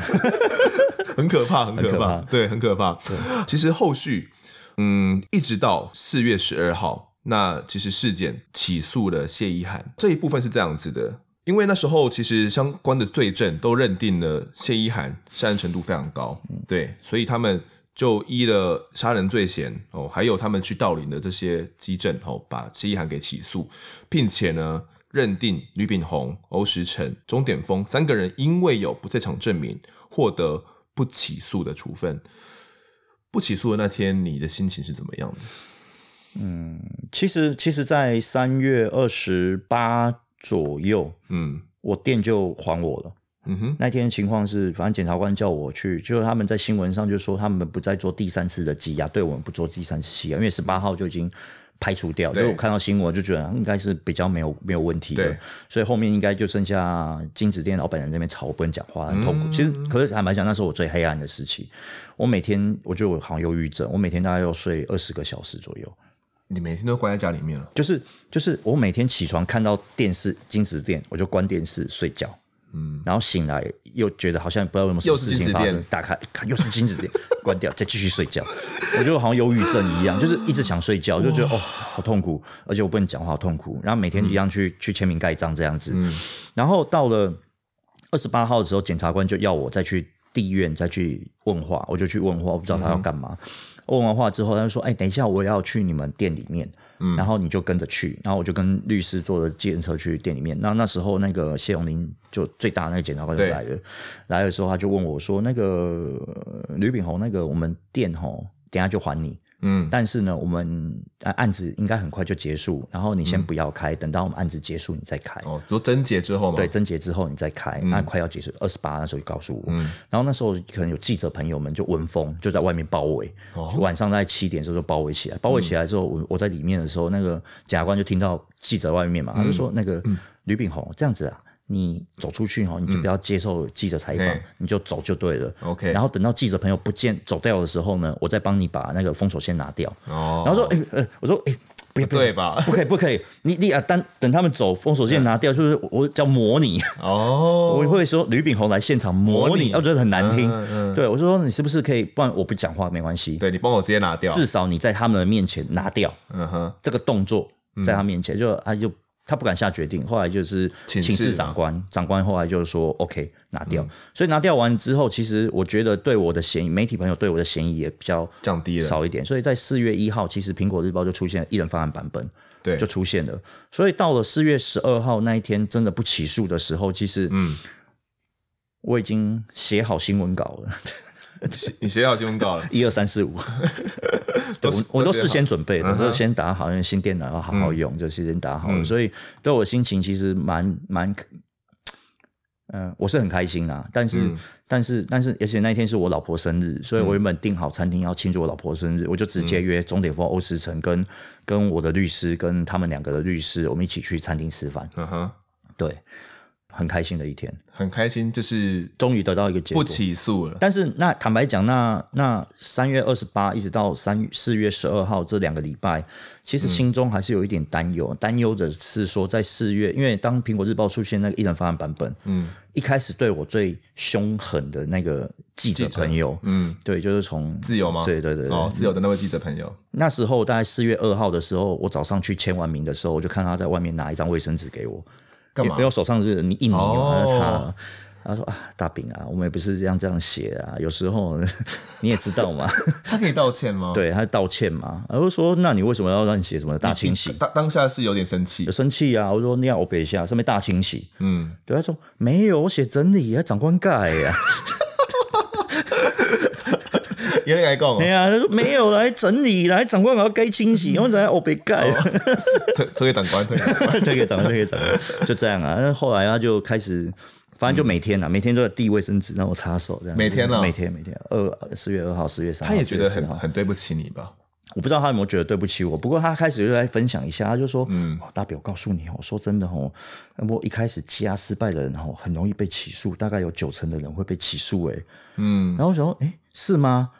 A: 很可怕，很可怕，
B: 可怕
A: 对，很可怕。其实后续，嗯，一直到四月十二号，那其实事件起诉了谢依涵这一部分是这样子的。因为那时候其实相关的罪证都认定了谢依涵杀人程度非常高，对，所以他们就依了杀人罪嫌哦，还有他们去盗领的这些基证哦，把谢依涵给起诉，并且呢认定吕炳宏、欧石成、钟点峰三个人因为有不在场证明，获得不起诉的处分。不起诉的那天，你的心情是怎么样的？
B: 其实，其实，在三月二十八左右，
A: 嗯
B: 我店就还我了。
A: 嗯哼，
B: 那天情况是，反正检察官叫我去，就是他们在新闻上就说他们不再做第三次的羁押，对我们不做第三次羁押，因为十八号就已经排除掉。
A: 对
B: 就我看到新闻，我就觉得应该是比较没有没有问题的
A: 对，
B: 所以后面应该就剩下金子店老板在那边吵，我不能讲话，
A: 嗯
B: 很痛苦。其实，可是坦白讲，那是我最黑暗的时期。我每天，我觉得我好像忧郁症，我每天大概要睡二十个小时左右。
A: 你每天都关在家里面了，
B: 就是就是我每天起床看到电视金子店，我就关电视睡觉。嗯，然后醒来又觉得好像不知道有没有什
A: 又
B: 么
A: 是
B: 事
A: 金
B: 情
A: 子
B: 发
A: 店
B: 生，打开一看又是金子店，关掉再继续睡觉，我就好像忧郁症一样，就是一直想睡觉，就觉得哦好痛苦，而且我不能讲话，好痛苦。然后每天一样去、去签名盖章这样子，
A: 嗯
B: 然后到了二十八号的时候，检察官就要我再去地院再去问话，我就去问话，我不知道他要干嘛。问完话之后，他就说：“哎、等一下，我要去你们店里面。”然后你就跟着去，然后我就跟律师坐着计程车去店里面。那那时候那个谢永林就最大那个检察官就
A: 对
B: 来了，来的时候他就问我说：“那个呃吕炳宏，那个我们店吼，等一下就还你。”
A: 嗯，
B: 但是呢，我们呃案子应该很快就结束，然后你先不要开，等到我们案子结束你再开。
A: 哦，说贞洁之后嘛，
B: 对，，贞洁之后你再开，
A: 嗯
B: 那快要结束，二十八那时候就告诉我，然后那时候可能有记者朋友们就闻风就在外面包围，
A: 哦
B: 晚上在七点的时候就包围起来，包围起来之后，我我在里面的时候，那个检察官就听到记者外面嘛，
A: 嗯
B: 他就说那个吕炳宏这样子啊。你走出去哦，你就不要接受记者采访，
A: 嗯嘿
B: 你就走就对了。
A: OK
B: 然后等到记者朋友不见走掉的时候呢，我再帮你把那个封锁线拿掉。
A: 哦，
B: 然后说，哎、呃，我说，哎、不要，不要，
A: 对吧？
B: 不可以，不可以，你你啊，当等他们走，封锁线拿掉，就是我我叫模拟，
A: 哦，
B: 我会说吕炳宏来现场模
A: 模
B: 拟，哦
A: 拟
B: 我觉得很难听。
A: 嗯
B: 对，我就说你是不是可以，不然我不讲话没关系，
A: 对你帮我直接拿掉，
B: 至少你在他们的面前拿掉
A: 嗯哼，
B: 这个动作，
A: 嗯
B: 在他面前就他就他不敢下决定，后来就是
A: 请
B: 请
A: 示
B: 示
A: 嘛嗯
B: 长官，长官后来就是说 OK 拿掉，所以拿掉完之后，其实我觉得对我的嫌疑，媒体朋友对我的嫌疑也比较
A: 降低了，
B: 少一点，所以在四月一号，其实苹果日报就出现了一人方案版本。
A: 对，
B: 就出现了。所以到了四月十二号那一天，真的不起诉的时候，其实
A: 嗯，
B: 我已经写好新闻稿了，
A: 你写好新闻稿了，
B: 一二三 四五，
A: 都
B: 对我我都
A: 写
B: 事
A: 好
B: 先准备
A: 嗯
B: 的，
A: 哼嗯
B: 就先打好，因为新电脑要好好用，就先打好了。所以对我心情其实蛮蛮。嗯、我是很开心啊，但是、
A: 嗯
B: 但是但是，而且那一天是我老婆生日，所以我原本订好餐厅要庆祝我老婆生日，我就直
A: 嗯
B: 接约钟点峰、欧石成跟跟我的律师跟他们两个的律师，我们一起去餐厅吃饭。
A: 嗯哼，
B: 对，很开心的一天，
A: 很开心，就是
B: 终于得到一个结
A: 不
B: 果。
A: 起诉了，
B: 但是那坦白讲，那那三月二十八一直到三四月十二号这两个礼拜，其
A: 嗯
B: 实心中还是有一点担忧。担忧的是说，在四月，因为当苹果日报出现那个一人方案版本，
A: 嗯
B: 一开始对我最凶狠的那个记者
A: 记者
B: 朋友，
A: 嗯，
B: 对，就是从
A: 自由吗？
B: 对对对对，
A: 哦，自由的那位记者朋友，
B: 那时候大概四月二号的时候，我早上去签完名的时候，我就看他在外面拿一张卫生纸给我，
A: 干嘛
B: 因为我手上是你印尼嘛，
A: 哦
B: 他就擦了。他说啊，大饼啊，我们也不是这样这样写啊，有时候 你也知道 嘛，
A: 他可以道歉吗？，
B: 对，他道歉嘛。我就说，那你为什么要让你写什么大清洗？
A: 当当下是有点生气
B: 有，生气啊？我说你要欧北一下，上面大清洗。
A: 嗯，
B: 对，他说没有，我写整理啊，长官盖呀、
A: 有人来 讲哦
B: 哎，呀，他说没有来整理啦，长官我要该清 洗，然后在我被盖，啊
A: 特特给长官，特给 长官
B: 推给长官，推给长官，就这样啊。 那后来他就开始，反正就每天啊，每天都在递卫生纸让我擦手，这样
A: 每天啊
B: 每天每天，二四月二号、四月三号，
A: 他也觉得
B: 4月
A: 很
B: 4号
A: 很对不起你吧？
B: 我不知道他有没有觉得对不起我，不过他开始就来分享一下，他就说：“嗯，大表，我告诉你哦，说真的哦，我一开始积压失败的人哦，很容易被起诉，大概有九成的人会被起诉。”哎，
A: 嗯，
B: 然后我想说：“哎，是吗？”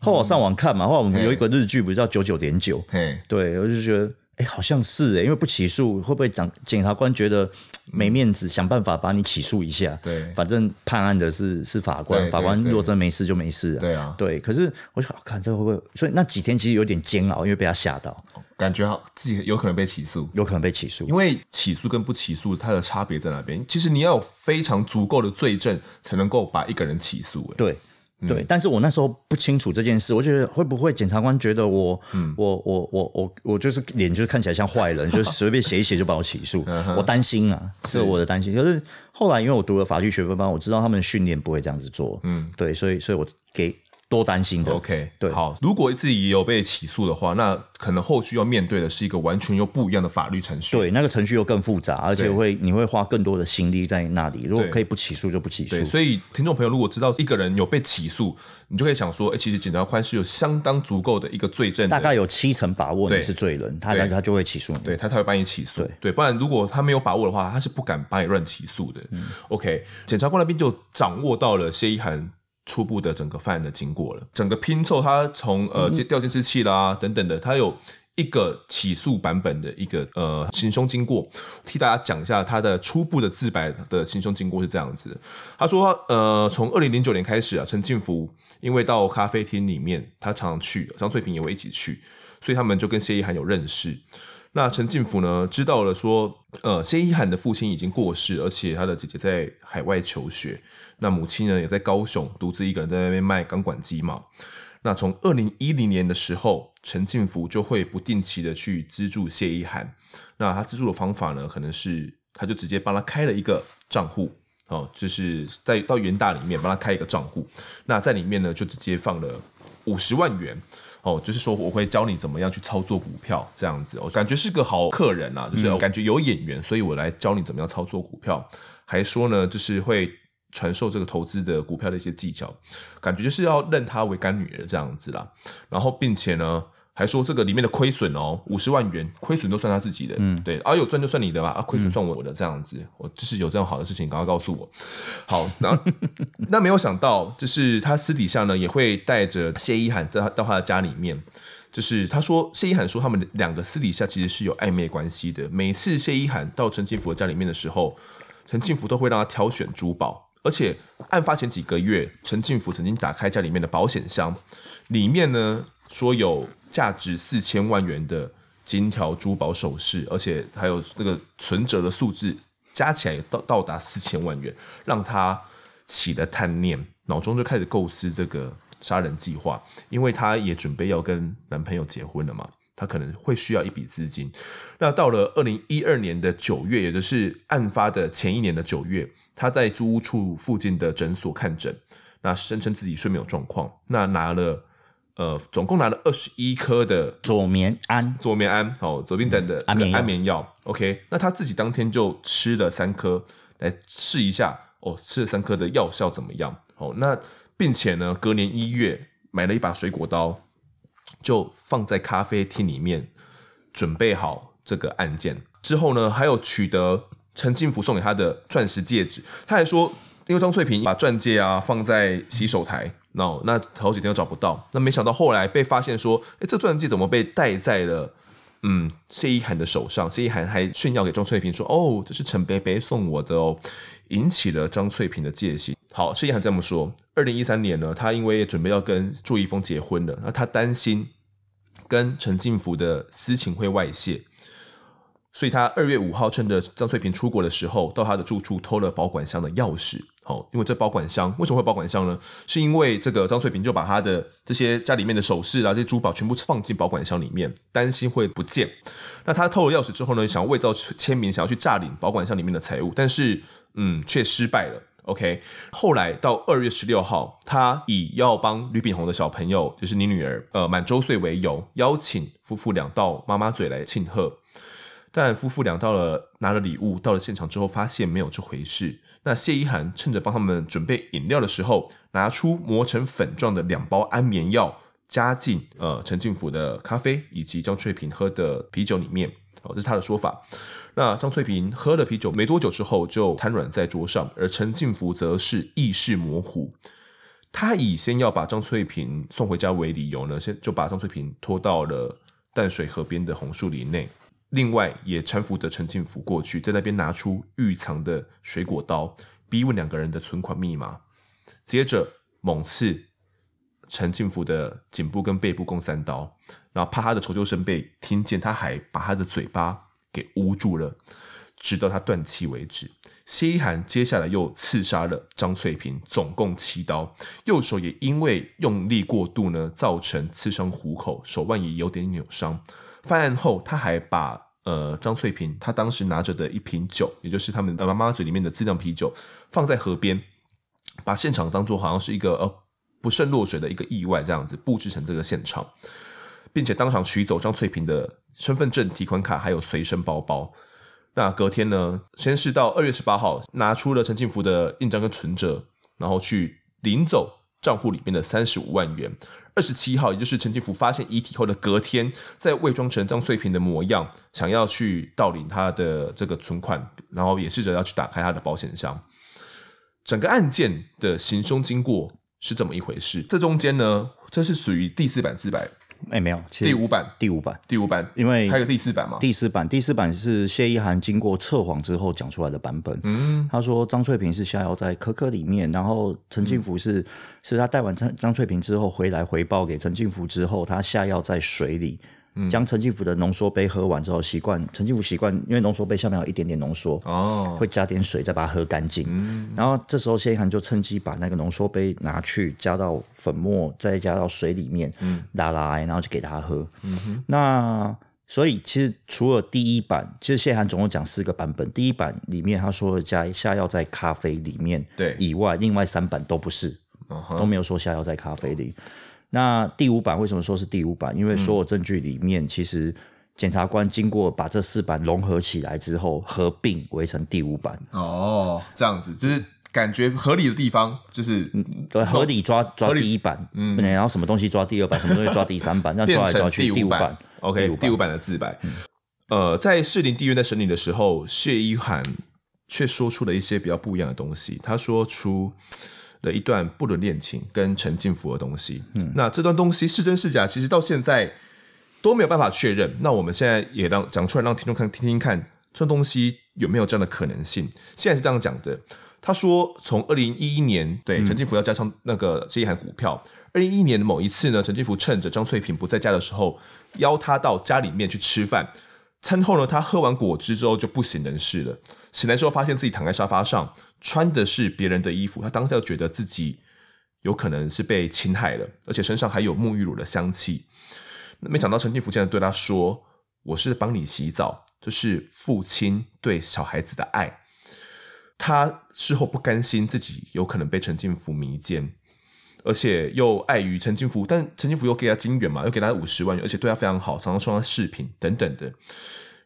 B: 后来我上网看嘛，后来我们有一个日剧不是叫《九九点九》，
A: 嘿，
B: 对我就觉得。哎，好像是哎，因为不起诉会不会长检察官觉得嘖没面子，想办法把你起诉一下？
A: 对
B: 反正判案的是是法官，
A: 对
B: 法官
A: 对对
B: 如果真没事就没事、啊。
A: 对啊，
B: 对，可是我就想，哦看这会不会？所以那几天其实有点煎熬，因为被他吓到，
A: 啊感觉好自己有可能被起诉。
B: 有可能被起诉
A: 因。为起诉跟不起诉，它的差别在哪边？其实你要有非常足够的罪证，才能够把一个人起诉、欸。
B: 对对，但是我那时候不清楚这件事，我觉得会不会检察官觉得我，
A: 嗯
B: 我我我我我就是脸就是看起来像坏人，就是随便写一写就把我起诉，
A: 嗯
B: 我担心啊，是我的担心。可是后来因为我读了法律学分班，我知道他们训练不会这样子做，嗯，对，所以所以我给多担心的。
A: OK，
B: 对
A: 好。如果自己有被起诉的话，那可能后续要面对的是一个完全又不一样的法律程序。
B: 对，那个程序又更复杂，而且
A: 对
B: 会你会花更多的心力在那里。如果
A: 对
B: 可以不起诉就不起诉
A: 对，，所以听众朋友如果知道一个人有被起诉，你就可以想说，哎、其实检察官是有相当足够的一个罪证的，
B: 大概有七成把握你
A: 对
B: 是罪人，他
A: 对
B: 他就会起诉你。
A: 对他才会把你起诉。
B: 嗯对
A: 不然如果他没有把握的话，他是不敢把你乱起诉的。OK，检察官那边就掌握到了谢依涵初步的整个犯案的经过了，整个拼凑他从呃接调监视器啦等等的，他有。一个起诉版本的一个呃行凶经过，替大家讲一下他的初步的自白的行凶经过是这样子的。他说他，呃，从二零零九年开始啊，陈进福因为到咖啡厅里面，他常去，张翠萍也会一起去，所以他们就跟谢依涵有认识。那陈进福呢，知道了说，呃，谢依涵的父亲已经过世，而且他的姐姐在海外求学，那母亲呢也在高雄独自一个人在那边卖钢管鸡毛。那从二零一零年的时候，陈进福就会不定期的去资助谢依涵。那他资助的方法呢，可能是他就直接帮他开了一个账户，哦，就是在到元大里面帮他开一个账户。那在里面呢，就直接放了五十万元。哦，就是说我会教你怎么样去操作股票这样子，我、哦感觉是个好客人啊，就是、我感觉有眼缘，所以我来教你怎么样操作股票。还说呢，就是会传授这个投资的股票的一些技巧，感觉就是要认她为干女儿这样子啦。然后并且呢，还说这个里面的亏损哦，五十万元亏损都算他自己的，嗯，对，啊有赚就算你的吧，啊亏损算我的这样子，我就是有这样好的事情，赶快告诉我。好，那那没有想到，就是他私底下呢也会带着谢依涵到他到他的家里面。就是他说，谢依涵说他们两个私底下其实是有暧昧关系的。每次谢依涵到陈进福的家里面的时候，陈进福都会让他挑选珠宝，而且案发前几个月，陈进福曾经打开家里面的保险箱，里面呢说有价值四千万元的金条、珠宝首饰，而且还有那个存折的数字加起来也到到达四千万元，让他起了贪念，脑中就开始构思这个杀人计划，因为她也准备要跟男朋友结婚了嘛。她可能会需要一笔资金，那到了二零一二年的九月，也就是案发的前一年的九月，她在租屋处附近的诊所看诊，那声称自己睡眠有状况，那拿了呃，总共拿了二十一颗的
B: 左棉安
A: 左眠安，哦，左边等的
B: 安
A: 这个
B: 眠药
A: 安眠药。OK，那他自己当天就吃了三颗，来试一下哦，吃了三颗的药效怎么样？哦，那并且呢，隔年一月买了一把水果刀，就放在咖啡厅里面，准备好这个案件之后呢，还有取得陈进福送给他的钻石戒指。他还说，因为张翠萍把钻戒啊放在洗手台，那哦那好几天都找不到。那没想到后来被发现说，哎，这钻戒怎么被戴在了？嗯，谢依涵的手上，谢依涵还炫耀给张翠萍说：“哦，这是陈伯伯送我的哦。”引起了张翠萍的戒心。好，谢依涵这么说。二零一三年呢，她因为准备要跟祝一峰结婚了，那她担心跟陈进福的私情会外泄，所以他二月五号趁着张翠萍出国的时候，到她的住处偷了保管箱的钥匙。哦，因为这保管箱为什么会有保管箱呢？是因为这个张翠萍就把她的这些家里面的首饰啊、这些珠宝全部放进保管箱里面，担心会不见。那他偷了钥匙之后呢，想要伪造签名，想要去诈领保管箱里面的财物，但是嗯，却失败了。 OK，后来到二月十六号，他以要帮吕炳宏的小朋友，就是你女儿，呃，满周岁为由，邀请夫妇俩到妈妈嘴来庆贺。但夫妇俩到了拿了礼物到了现场之后，发现没有这回事。那谢依涵趁着帮他们准备饮料的时候，拿出磨成粉状的两包安眠药，加进呃陈进甫的咖啡以及张翠萍喝的啤酒里面。哦，这是他的说法。那张翠萍喝了啤酒没多久之后就瘫软在桌上，而陈进福则是意识模糊。他以先要把张翠萍送回家为理由呢，先就把张翠萍拖到了淡水河边的红树林内，另外也搀扶着陈进福过去，在那边拿出预藏的水果刀，逼问两个人的存款密码，接着猛刺陈进福的颈部跟背部共三刀，然后怕他的求救声被听见，他还把他的嘴巴给捂住了，直到他断气为止。谢依涵接下来又刺杀了张翠萍，总共七刀，右手也因为用力过度呢，造成刺伤虎口，手腕也有点扭伤。犯案后，他还把呃张翠萍她当时拿着的一瓶酒，也就是他们呃妈妈嘴里面的自酿啤酒，放在河边，把现场当做好像是一个呃不慎落水的一个意外这样子布置成这个现场，并且当场取走张翠萍的身份证、提款卡还有随身包包。那隔天呢，先是到二月十八号拿出了陈进福的印章跟存折，然后去领走账户里面的三十五万元。二十七号，也就是陈进福发现遗体后的隔天，在伪装成张翠萍的模样，想要去盗领他的这个存款，然后也试着要去打开他的保险箱。整个案件的行凶经过是这么一回事？这中间呢，这是属于第四版自白，
B: 哎，没有，其实
A: 第五版，
B: 第五版，
A: 第五版，
B: 因为
A: 还有第四版嘛？
B: 第四版，第四版是谢依涵经过测谎之后讲出来的版本。嗯，他说张翠萍是逍遥在可可里面，然后陈进福是、是他带完张张翠萍之后回来回报给陈进福之后，他下药在水里。将陈进福的浓缩杯喝完之后，习惯陈进福习惯，因为浓缩杯下面有一点点浓缩，
A: 哦，嗯
B: 会加点水再把它喝干净。然后这时候谢依涵就趁机把那个浓缩杯拿去加到粉末，再加到水里面，
A: 嗯
B: 拉拉，然后就给他喝。那所以其实除了第一版，其实谢涵总共讲四个版本。第一版里面他说了加下药在咖啡里面，
A: 对
B: 以外，另外三版都不是，
A: 嗯哼
B: 都没有说下药在咖啡里。那第五版为什么说是第五版？因为所有
A: 嗯
B: 证据里面，其实检察官经过把这四版融合起来之后，合并为成第五版，
A: 哦，这样子就是感觉合理的地方，就是
B: 对，合理抓抓第一版，嗯，然后什么东西抓第 二版，什么东西抓第三版，这样
A: 变
B: 抓来抓
A: 成
B: 去，
A: 第
B: 五
A: 版
B: 版。
A: OK，第
B: 第
A: 五
B: 五
A: 版的自白。呃，在士林地院在审理的时候，谢依涵却说出了一些比较不一样的东西。她说出了一段不伦恋情跟陈进福的东西。嗯，那这段东西是真是假，其实到现在都没有办法确认。那我们现在也让讲出来，让听众看听听看，这东西有没有这样的可能性？现在是这样讲的。他说，从二零一一年，对陈进福要加上那个谢依涵股票。二零一一年的某一次呢，陈进福趁着张翠萍不在家的时候，邀她到家里面去吃饭。餐后呢，他喝完果汁之后就不省人事了。醒来之后，发现自己躺在沙发上，穿的是别人的衣服。他当下就觉得自己有可能是被侵害了，而且身上还有沐浴乳的香气。没想到陈进福竟然对他说：“我是帮你洗澡，这是父亲对小孩子的爱。”他事后不甘心自己有可能被陈进福迷奸，而且又碍于陈进福，但陈进福又给他金元嘛，又给他五十万元，而且对他非常好，常常送他饰品等等的。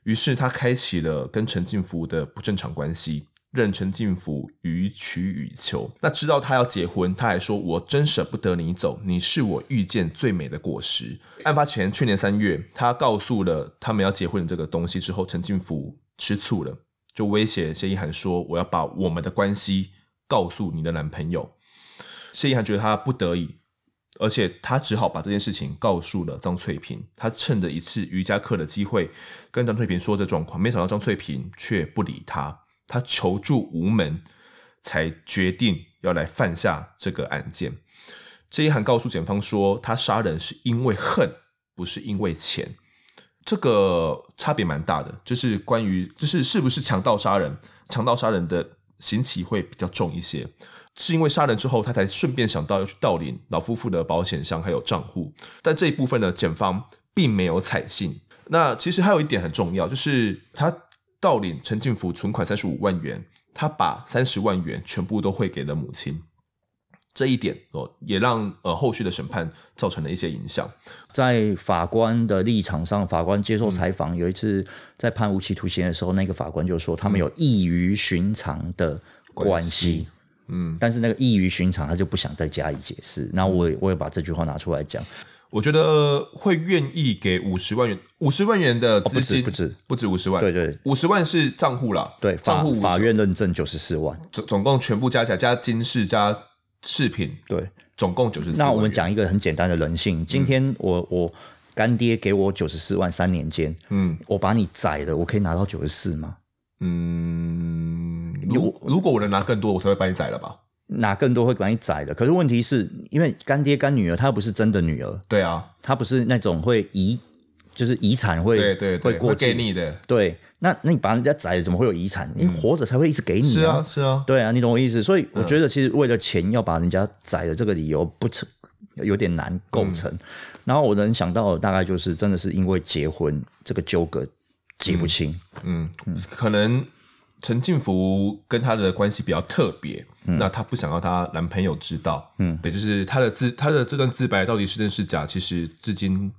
A: 于是他开启了跟陈进福的不正常关系，任陈进福予取予求。那知道他要结婚，他还说：“我真舍不得你走，你是我遇见最美的果实。”案发前，去年三月，他告诉了他们要结婚的这个东西之后，陈进福吃醋了，就威胁谢依涵说：“我要把我们的关系告诉你的男朋友。”谢依涵觉得他不得已，而且他只好把这件事情告诉了张翠萍。他趁着一次瑜伽课的机会，跟张翠萍说这状况，没想到张翠萍却不理他，他求助无门，才决定要来犯下这个案件。谢依涵告诉检方说，他杀人是因为恨，不是因为钱。这个差别蛮大的，就是关于就是是不是强盗杀人，强盗杀人的刑期会比较重一些，是因为杀人之后他才顺便想到要去盗领老夫妇的保险箱还有账户，但这一部分呢，检方并没有采信。那其实还有一点很重要，就是他盗领陈进福存款三十五万元，他把三十万元全部都汇给了母亲。这一点哦，也让呃后续的审判造成了一些影响。
B: 在法官的立场上，法官接受采
A: 嗯
B: 访，有一次在判无期徒刑的时候，那个法官就说他们有异于寻常的关系。嗯，但是那个异于寻常，他就不想再加以解释。那我
A: 嗯
B: 也我也把这句话拿出来讲，
A: 我觉得会愿意给五十万元，五十万元的资金、
B: 哦不止不止
A: 不止五十万，
B: 对对
A: 五十万是账户啦，
B: 对，
A: 账
B: 法
A: 户50
B: 法院认证九十四万。
A: 总总共全部加起来加金饰加饰品，
B: 对，
A: 总共九十四。
B: 那我们讲一个很简单的人性。今天我、我干爹给我九十四万三年监，
A: 嗯
B: 我把你宰了，我可以拿到九十四吗？
A: 嗯，如如果我能拿更多，我才会把你宰了吧？
B: 拿更多会把你宰的。可是问题是因为干爹干女儿，她不是真的女儿，
A: 对啊，
B: 她不是那种会遗，就是遗产会
A: 对对对，
B: 会
A: 会
B: 过
A: 给
B: 继。
A: 你的，
B: 对，那那你把人家宰了，怎么会有遗产？因为活着才会一直给你、
A: 是啊嗯是啊，
B: 对啊，你懂我意思。所以我觉得，其实为了钱要把人家宰的这个理由不成，有点难构成。
A: 嗯
B: 然后我能想到的大概就是，真的是因为结婚这个纠葛结不清，
A: 嗯，可能陈静福跟她的关系比较特别，那她不想要她男朋友知道，嗯，对，就是她的自她的这段自白到底是真是假，其实至今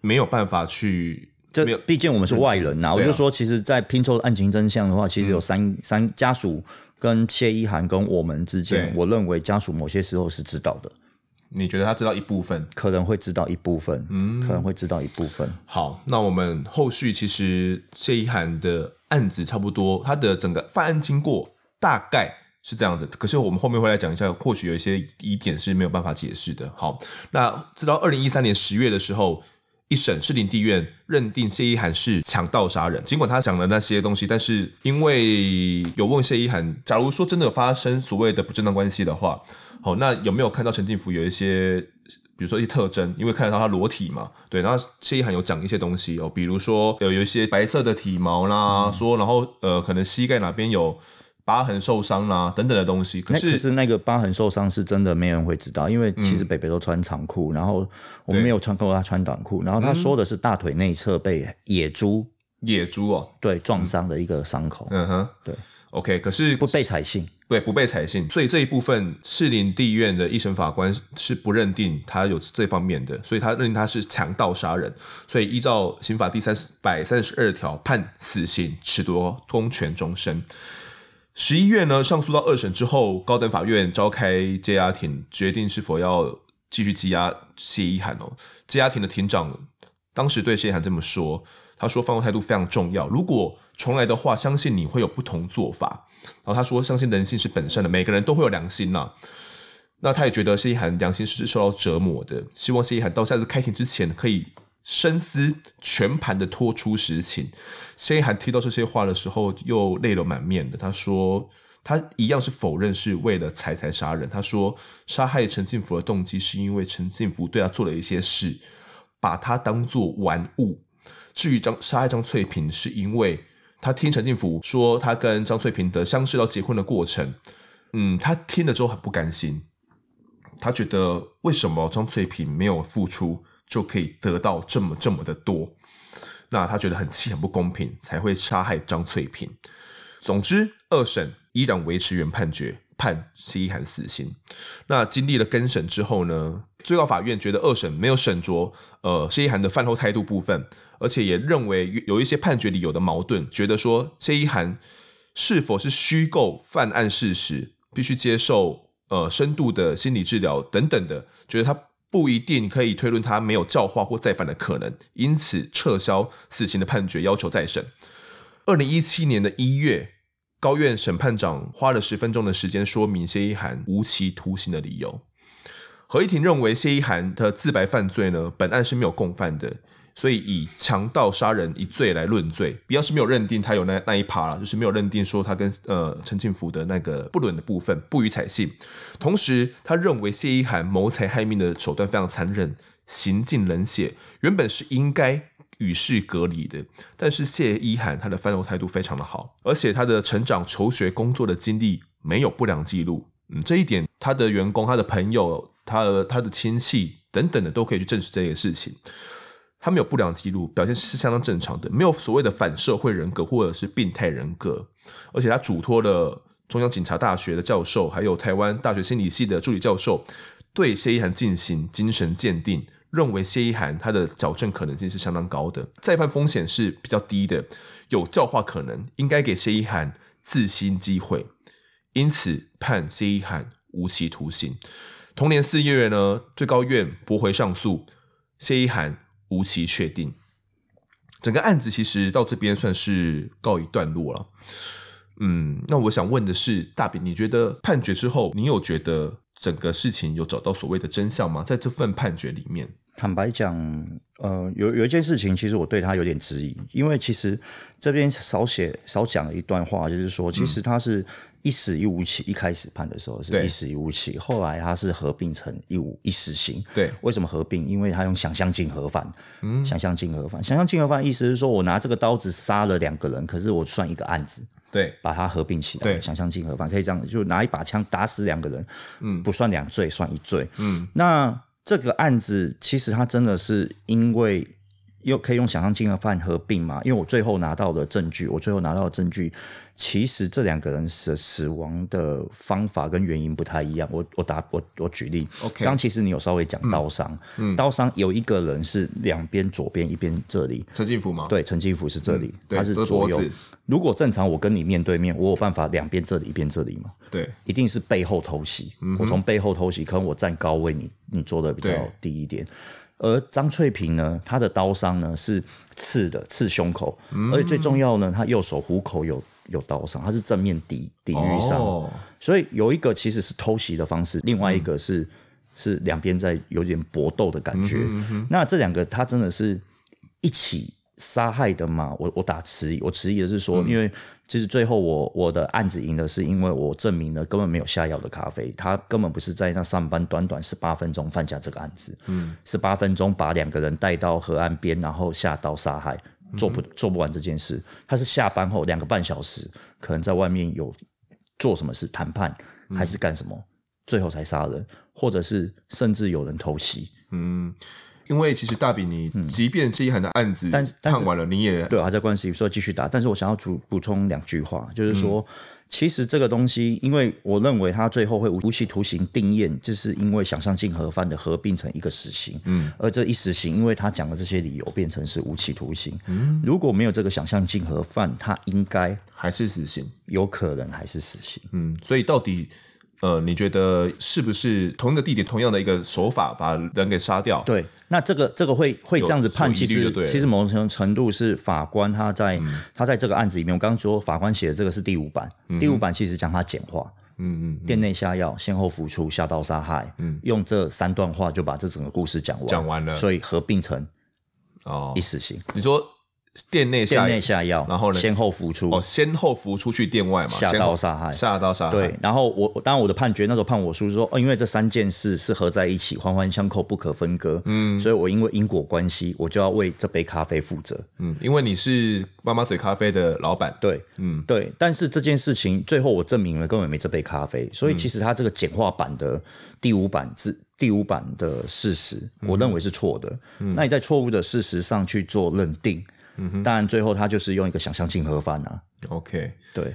A: 没有办法去
B: 这
A: 没有
B: 毕竟我们是外人呐、我
A: 对啊嗯
B: 就说，其实，在拼凑案情真相的话，其实有三、三家属跟谢依涵跟我们之间
A: 对，
B: 我认为家属某些时候是知道的，
A: 你觉得他知道一部分？
B: 可能会知道一部分，
A: 嗯
B: 可能会知道一部分。
A: 好，那我们后续其实谢依涵的案子差不多，他的整个犯案经过大概是这样子。可是我们后面会来讲一下，或许有一些疑点是没有办法解释的。好，那直到二零一三年十月的时候。一审士林地院认定谢依涵是强盗杀人，尽管他讲了那些东西，但是因为有问谢依涵，假如说真的有发生所谓的不正当关系的话，好，那有没有看到陈进福有一些，比如说一些特征？因为看得到他裸体嘛，对。然后谢依涵有讲一些东西哦，比如说有有一些白色的体毛啦，
B: 嗯
A: 说然后呃，可能膝盖哪边有疤痕受伤啦等等的东西。可
B: 那可
A: 是
B: 是那个疤痕受伤是真的，没人会知道，因为其实北北都穿长裤，然后我
A: 嗯对
B: 们
A: 嗯
B: 没有穿过他穿短裤，然后他说的是大腿内侧被野猪
A: 野猪哦，
B: 对撞伤的一个伤口，
A: 嗯哼，
B: 对。
A: OK，可是
B: 不被采信。
A: 对不被采信，所以这一部分士林地院的一审法官是不认定他有这方面的，所以他认定他是强盗杀人，所以依照刑法第三百三十二条判死刑，褫夺公权终身。十一月呢，上诉到二审之后，高等法院召开羁押庭，决定是否要继续羁押谢依涵哦。羁押庭的庭长当时对谢依涵这么说，他说：“犯罪态度非常重要，如果重来的话，相信你会有不同做法。”然后他说：“相信人性是本善的，每个人都会有良心呐、那他也觉得谢依涵良心是受到折磨的，希望谢依涵到下次开庭之前可以深思，全盘的拖出实情。谢依涵听到这些话的时候，又泪流满面的。他说，他一样是否认是为了财财杀人。他说，杀害陈进福的动机是因为陈进福对他做了一些事，把他当做玩物。至于张杀害张翠萍，是因为他听陈进福说他跟张翠萍的相识到结婚的过程，嗯，他听了之后很不甘心，他觉得为什么张翠萍没有付出就可以得到这么这么的多？那他觉得很气，很不公平，才会杀害张翠萍。总之，二审依然维持原判决，判谢依涵死刑。那经历了更审之后呢，最高法院觉得二审没有审酌呃谢依涵的犯后态度部分，而且也认为有有一些判决理由的矛盾，觉得说谢依涵是否是虚构犯案事实，必须接受呃深度的心理治疗等等的，觉得他不一定可以推论他没有教化或再犯的可能，因此撤销死刑的判决，要求再审。二零一七年的一月，高院审判长花了十分钟的时间说明谢依涵无期徒刑的理由。合议庭认为谢依涵的自白犯罪呢，本案是没有共犯的，所以以强盗杀人一罪来论罪。比较是没有认定他有那那一趴啦，就是没有认定说他跟呃陈庆福的那个不伦的部分不予采信。同时，他认为谢依涵谋财害命的手段非常残忍，行尽冷血，原本是应该与世隔离的。但是谢依涵她的翻楼态度非常的好，而且她的成长、求学、工作的经历没有不良记录。嗯，这一点，她的员工、她的朋友、她的她的亲戚等等的都可以去证实这个事情。她没有不良记录，表现是相当正常的，没有所谓的反社会人格或者是病态人格，而且她嘱托了中央警察大学的教授，还有台湾大学心理系的助理教授，对谢依涵进行精神鉴定，认为谢依涵她的矫正可能性是相当高的，再犯风险是比较低的，有教化可能，应该给谢依涵自新机会，因此判谢依涵无期徒刑。同年四月呢，最高院驳回上诉，谢依涵无期确定。整个案子其实到这边算是告一段落了。嗯，那我想问的是，大饼，你觉得判决之后，你有觉得整个事情有找到所谓的真相吗？在这份判决里面，
B: 坦白讲，呃，有有一件事情，其实我对他有点质疑，因为其实这边少写少讲了一段话，就是说，其实他是一死一无期，一开始判的时候是
A: 对
B: 一死一无期，后来他是合并成一无一死刑。
A: 对
B: 为什么合并？因为他用想象竞合犯，想象竞合犯，想象竞合犯意思是说我拿这个刀子杀了两个人，可是我算一个案子，
A: 对
B: 把它合并起来，
A: 对
B: 想象竞合犯可以这样，就拿一把枪打死两个人，嗯，不算两罪，算一罪，嗯，那这个案子其实它真的是因为又可以用想象竞合犯合并嘛？因为我最后拿到的证据，我最后拿到的证据，其实这两个人死死亡的方法跟原因不太一样。我我打我我举例
A: OK
B: 刚其实你有稍微讲刀伤，刀伤有一个人是两边左边一边这里，
A: 陈进福吗？
B: 对，陈金福是这里，
A: 啊嗯对
B: 他是
A: 都是
B: 左
A: 脖
B: 右
A: 子。
B: 如果正常我跟你面对面，我有办法两边这里一边这里吗？
A: 对
B: 一定是背后偷袭，我从背后偷袭，可能我站高位，你你做的比较
A: 嗯对
B: 低一点。而张翠萍呢，她的刀伤呢是刺的，刺胸口，
A: 嗯
B: 而且最重要呢，她右手虎口有有刀伤，她是正面抵抵御伤，
A: 哦
B: 所以有一个其实是偷袭的方式，另外一个是、是两边在有点搏斗的感觉。那这两个他真的是一起杀害的吗？我我打迟疑，我迟疑的是说，因为其实最后我我的案子赢的是因为我证明了根本没有下药的咖啡，他根本不是在那上班短短十八分钟犯下这个案子，十八、分钟把两个人带到河岸边，然后下刀杀害。做不做不完这件事，他是下班后两个半小时，可能在外面有做什么事谈判还是干什么，最后才杀人，或者是甚至有人偷袭，
A: 嗯，因为其实大饼，你即便这一涵的案子
B: 嗯但是但是
A: 判完了，你也
B: 对，还在关系说继续打。但是我想要补补充两句话，就是说，其实这个东西，因为我认为它最后会无无期徒刑定验，就是因为想象竞合犯的合并成一个死刑。嗯，而这一死刑，因为他讲的这些理由变成是无期徒刑。嗯，如果没有这个想象竞合犯，他应该
A: 还是死刑。
B: 有可能还是死刑。
A: 嗯，所以到底呃，你觉得是不是同一个地点、同样的一个手法把人给杀掉？
B: 对，那这个这个会会这样子判，
A: 有
B: 其
A: 疑虑就
B: 实
A: 对了嗯
B: 其实某种程度是法官他在、他在这个案子里面，我刚刚说法官写的这个是第五版，第五版其实将它简化，
A: 嗯，嗯嗯，
B: 店内下药、先后服出、下刀杀害，嗯，用这三段话就把这整个故事讲完，
A: 讲完了
B: 所以合并成
A: 哦
B: 一，死刑。
A: 你说店内
B: 店
A: 下
B: 内下药，
A: 然后呢
B: 先后服出，
A: 哦，先后浮出去店外嘛，
B: 下
A: 先后
B: 刀杀害
A: 下刀杀害，
B: 对，然后我我当然我的判决那时候判我叔说，哦，因为这三件事是合在一起，环环相扣，不可分割，嗯，所以我因为因果关系，我就要为这杯咖啡负责，
A: 嗯，因为你是妈妈嘴咖啡的老板，
B: 对，嗯，对。但是这件事情最后我证明了根本没这杯咖啡，所以其实它这个简化版的第五版字。第五版的事实，我认为是错的。那你在错误的事实上去做认定，当然最后他就是用一个想象竞合犯啊，
A: OK，
B: 对。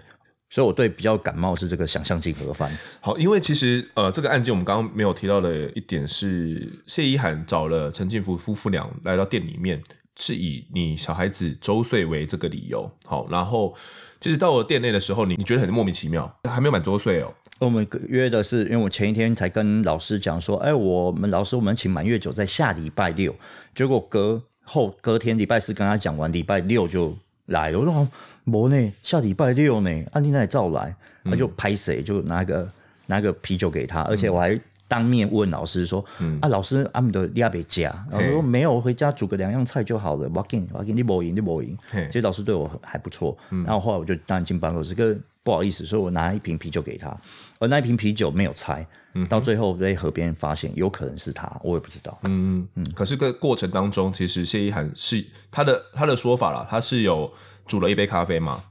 B: 所以我对比较感冒是这个想象竞合犯，
A: 好，因为其实呃，这个案件我们刚刚没有提到的一点是，谢依涵找了陈进福夫妇俩来到店里面，是以你小孩子周岁为这个理由。好，然后其实到了店内的时候，你你觉得很莫名其妙，还没有满周岁哦，
B: 我们约的是，因为我前一天才跟老师讲说，哎，我们老师我们请满月酒在下礼拜六，结果隔后隔天礼拜四跟他讲完，礼拜六就来了。我说哦没呢，下礼拜六呢，啊你那里照来，他就拍谁就拿个拿个啤酒给他，而且我还。当面问老师说：“啊，老师，阿姆的利亚北加。”然后我说：“
A: 嘿
B: 没有，我回家煮个两样菜就好了。”我给你，我给你不赢，你不赢。
A: 嘿嗯
B: 其实老师对我很还不错，然后后来我就当然进办公室，跟不好意思，所以我拿一瓶啤酒给他，而那一瓶啤酒没有拆，到最后被河边发现，有可能是他，我也不知道。
A: 嗯嗯，可是个过程当中，其实谢依涵是他的他的说法啦，他是有煮了一杯咖啡嘛，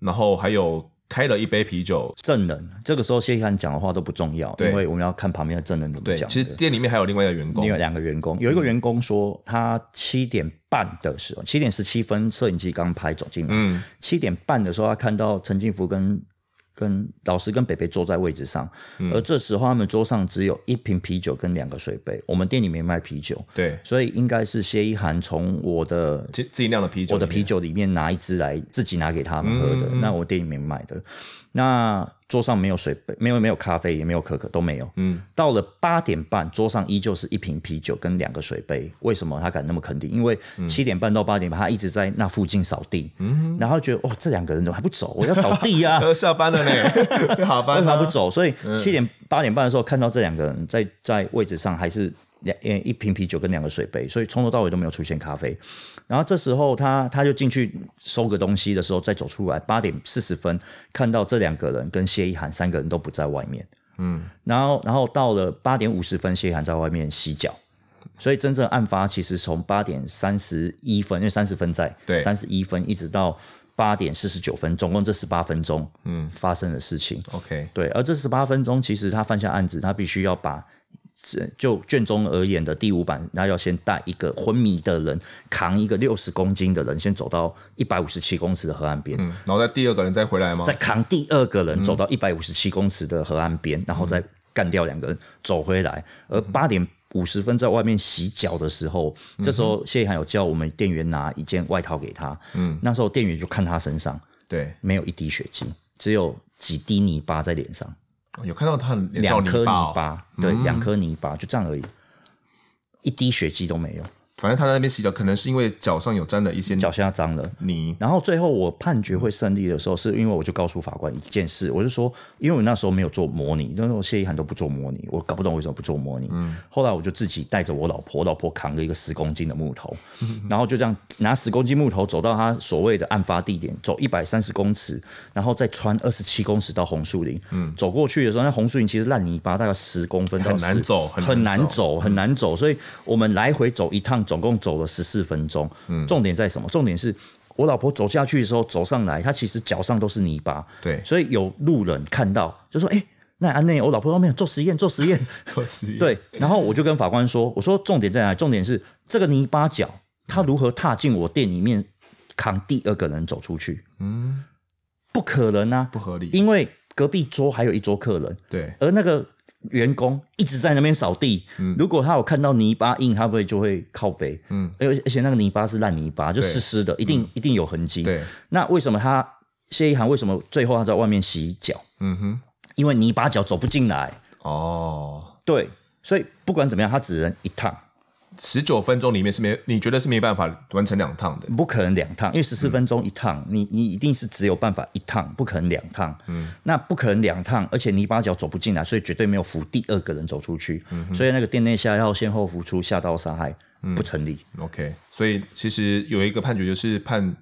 A: 然后还有开了一杯啤酒。
B: 证人这个时候谢依涵讲的话都不重要，
A: 对
B: 因为我们要看旁边的证人怎么
A: 对，
B: 讲。
A: 其实店里面还有另外一个员工
B: 你，有两个员工，有一个员工说他七点半的时候，七点十七分摄影机刚拍走进来，
A: 嗯
B: 七点半的时候他看到陈进福跟跟老师跟北北坐在位置上，而这时候他们桌上只有一瓶啤酒跟两个水杯，我们店里没卖啤酒，
A: 对，
B: 所以应该是谢一涵从我的
A: 自自己酿的啤酒，
B: 我的啤，酒里面嗯拿一支来自己拿给他们喝的，那我店里面买的。那桌上没有水杯，没有没有咖啡，也没有可可，都没有。嗯，到了八点半，桌上依旧是一瓶啤酒跟两个水杯。为什么他敢那么肯定？因为七点半到八点半，他一直在那附近扫地。嗯，然后觉得哦，这两个人怎么还不走？我要扫地啊 呀、
A: 呃，下班了呢， 要下
B: 为
A: 班
B: 什么
A: 了
B: 不，走？所以七点八点半的时候看到这两个人在在位置上还是两呃一瓶啤酒跟两个水杯，所以从头到尾都没有出现咖啡。然后这时候他他就进去收个东西的时候再走出来，八点四十分看到这两个人跟谢一涵三个人都不在外面。嗯，然后然后到了八点五十分，谢一涵在外面洗脚。所以真正案发其实从八点三十一分，因为三十分在，
A: 对
B: 三十一分一直到八点四十九分，总共这十八分钟，嗯，发生的事情。
A: OK，
B: 对，而这十八分钟，其实他犯下案子，他必须要把这就卷宗而言的第五版，他要先带一个昏迷的人，扛一个六十公斤的人，先走到一百五十七公尺的河岸边。
A: 嗯，然后在第二个人再回来吗？
B: 再扛第二个人走到一百五十七公尺的河岸边，然后再干掉两个人走回来。而八点五十分在外面洗脚的时候，这时候谢一涵有叫我们店员拿一件外套给他，嗯，那时候店员就看他身上
A: 对，
B: 没有一滴血迹，只有几滴泥巴在脸上。
A: 有看到他脸上有
B: 两颗
A: 泥
B: 泥
A: 巴哦，
B: 巴，对，两颗泥巴就这样而已，一滴血迹都没有，
A: 反正他在那边洗脚，可能是因为脚上有沾了一些
B: 脚下脏了。
A: 泥，
B: 然后最后我判决会胜利的时候，是因为我就告诉法官一件事，我就说，因为我那时候没有做模拟，那时候谢依涵都不做模拟，我搞不懂为什么不做模拟。后来我就自己带着我老婆，我老婆扛着一个十公斤的木头，然后就这样拿十公斤木头走到他所谓的案发地点，走一百三十公尺，然后再穿二十七公尺到红树林。走过去的时候，那红树林其实烂泥巴，大概十公分到
A: 很难
B: 10
A: 走很难
B: 很难走，很难走，所以我们来回走一趟，总共走了十四分钟。
A: 嗯
B: 重点在什么？重点是我老婆走下去的时候走上来，她其实脚上都是泥巴，
A: 对，
B: 所以有路人看到就说：“哎、那安内，我老婆后哦面做实验，做实验。
A: 做实”验，
B: 对，然后我就跟法官说：“我说重点在哪里？重点是这个泥巴脚，他如何踏进我店里面扛第二个人走出去？
A: 嗯，
B: 不可能啊
A: 不，合理，
B: 因为隔壁桌还有一桌客人。”
A: 对，
B: 而那个员工一直在那边扫地，如果他有看到泥巴印，他会就会靠背，
A: 嗯
B: 嗯，而而且那个泥巴是烂泥巴，就
A: 对嗯
B: 湿湿的，一定、一定有痕迹。
A: 对，
B: 那为什么他谢一涵为什么最后他在外面洗脚？
A: 嗯哼，
B: 因为泥巴脚走不进来，
A: 哦，
B: 对，所以不管怎么样，他只能一趟，
A: 十九分钟里面是没，你觉得是没办法完成两趟的，
B: 不可能两趟，因为十四分钟一趟，你你一定是只有办法一趟，不可能两趟。嗯，那不可能两趟，而且泥巴脚走不进来，所以绝对没有扶第二个人走出去。所以那个店内下药先后付出下刀杀害不成立。
A: OK，所以其实有一个判决就是判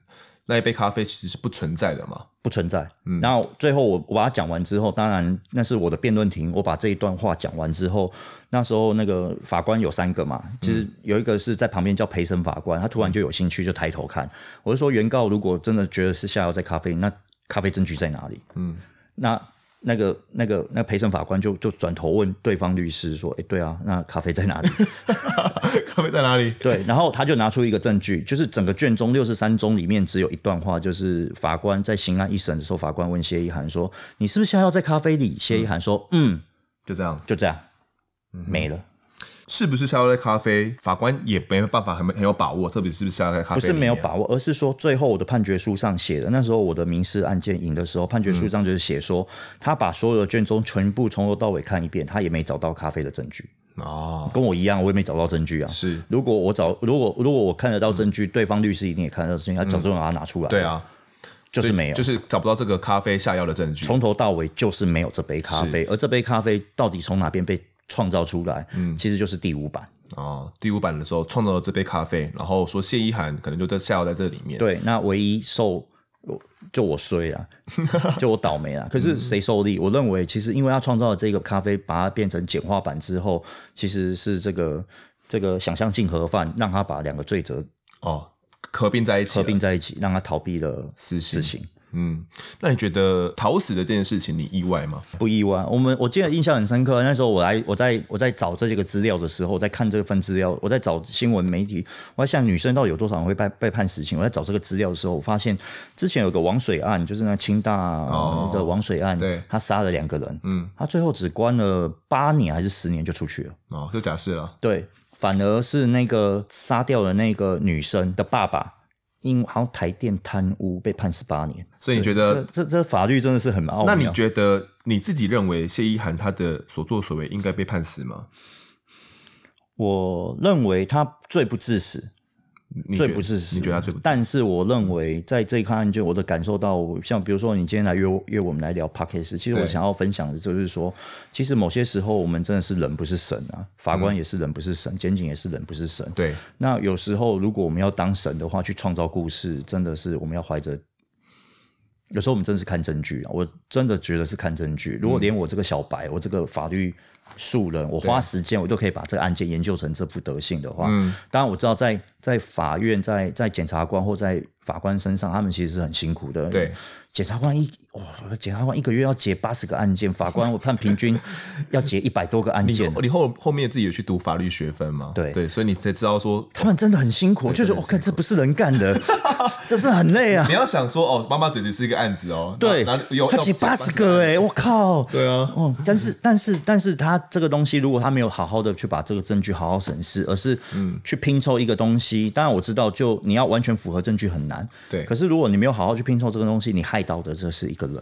A: 那一杯咖啡其实是不存在的嘛。
B: 不存在。然后最后我我把它讲完之后，当然那是我的辩论庭，我把这一段话讲完之后，那时候那个法官有三个嘛，其实有一个是在旁边叫陪审法官，他突然就有兴趣就抬头看，我就说原告如果真的觉得是下药在咖啡，那咖啡证据在哪里？嗯，那。那个、那个、那陪审法官就就转头问对方律师说：“哎，对啊，那咖啡在哪里？”
A: 咖啡在哪里？
B: 对，然后他就拿出一个证据，就是整个卷宗六十三宗里面只有一段话，就是法官在刑案一审的时候，法官问谢一涵说：“你是不是下药在咖啡里？”谢一涵说：“嗯，
A: 就这样，
B: 就这样，没了。
A: 是不是下药在咖啡？法官也没办法很很有把握，特别是不是下药在咖啡？
B: 不是没有，把握，而是说最后我的判决书上写的，那时候我的民事案件赢的时候，判决书上就是写说，他把所有的卷宗全部从头到尾看一遍，他也没找到咖啡的证据，
A: 哦，
B: 跟我一样，我也没找到证据啊。
A: 是
B: 如果我找，如果如果我看得到证据，对方律师一定也看得到证据，他早就把它拿出来，
A: 对，啊，
B: 就是没有，
A: 就是找不到这个咖啡下药的证据。
B: 从头到尾就是没有这杯咖啡，而这杯咖啡到底从哪边被创造出来？嗯，其实就是第五版。
A: 哦，第五版的时候创造了这杯咖啡，然后说谢依涵可能就在下药在这里面。，
B: 对，那唯一受我就我衰啦， 就我倒霉啦。可是谁受力？我认为其实因为他创造了这个咖啡，把它变成简化版之后，其实是这个这个想象竞合犯让他把两个罪责
A: 哦，合并在一起了，
B: 合并在一起，让他逃避了
A: 死刑
B: 死刑。
A: 嗯，那你觉得逃死的这件事情，你意外吗？
B: 不意外。我们我记得印象很深刻，那时候我来我在我在找这个资料的时候，我在看这份资料，我在找新闻媒体，我在想女生到底有多少人会被被判死刑。我在找这个资料的时候，我发现之前有个王水案，就是那清大
A: 哦
B: 那个王水案，
A: 对
B: 他杀了两个人，
A: 嗯，
B: 他最后只关了八年还是十年就出去了。
A: 哦，就假设了，
B: 对，反而是那个杀掉了那个女生的爸爸，因好像台电贪污被判十八年。
A: 所以你觉
B: 这
A: 得？
B: 这这法律真的是很奥
A: 那
B: 妙。
A: 你觉得你自己认为谢依涵她的所作所为应该被判死吗？
B: 我认为他罪不至死，
A: 你觉
B: 罪
A: 得
B: 不至死。
A: 你觉得她罪不？
B: 但是我认为在这一块案件，我的感受到，像比如说你今天来约我约我们来聊 p a c k a g e 其实
A: 对
B: 我想要分享的就是说，其实某些时候我们真的是人不是神啊，法
A: 嗯
B: 官也是人不是神，检警也是人不是神。
A: 对，
B: 那有时候，如果我们要当神的话，去创造故事，真的是我们要怀着。有时候我们真的是看证据啊，我真的觉得是看证据。如果连我这个小白，我这个法律素人，我花时间，我都可以把这个案件研究成这副德性的话，
A: 嗯
B: 当然我知道在在法院、在在检察官或在法官身上，他们其实是很辛苦的。
A: 对，
B: 检察官一哇，检察官一个月要结八十个案件，法官我看平均要结一百多个案
A: 你
B: 件
A: 后，你后后面自己有去读法律学分吗？
B: 对
A: 对，所以你才知道说，
B: 他们真的很辛苦，就是我看这不是人干的，这真的很累啊
A: 你。要想说哦，妈妈嘴只是一个案子哦，
B: 对
A: 然后有，
B: 他
A: 要
B: 写八十个哎、我靠！
A: 对啊，
B: 哦，但是但是但是他这个东西，如果他没有好好的去把这个证据好好审视，而是
A: 嗯
B: 去拼凑一个东西，当然我知道，就你要完全符合证据很难。
A: 对
B: 可是如果你没有好好去拼凑这个东西，你害到的这是一个人。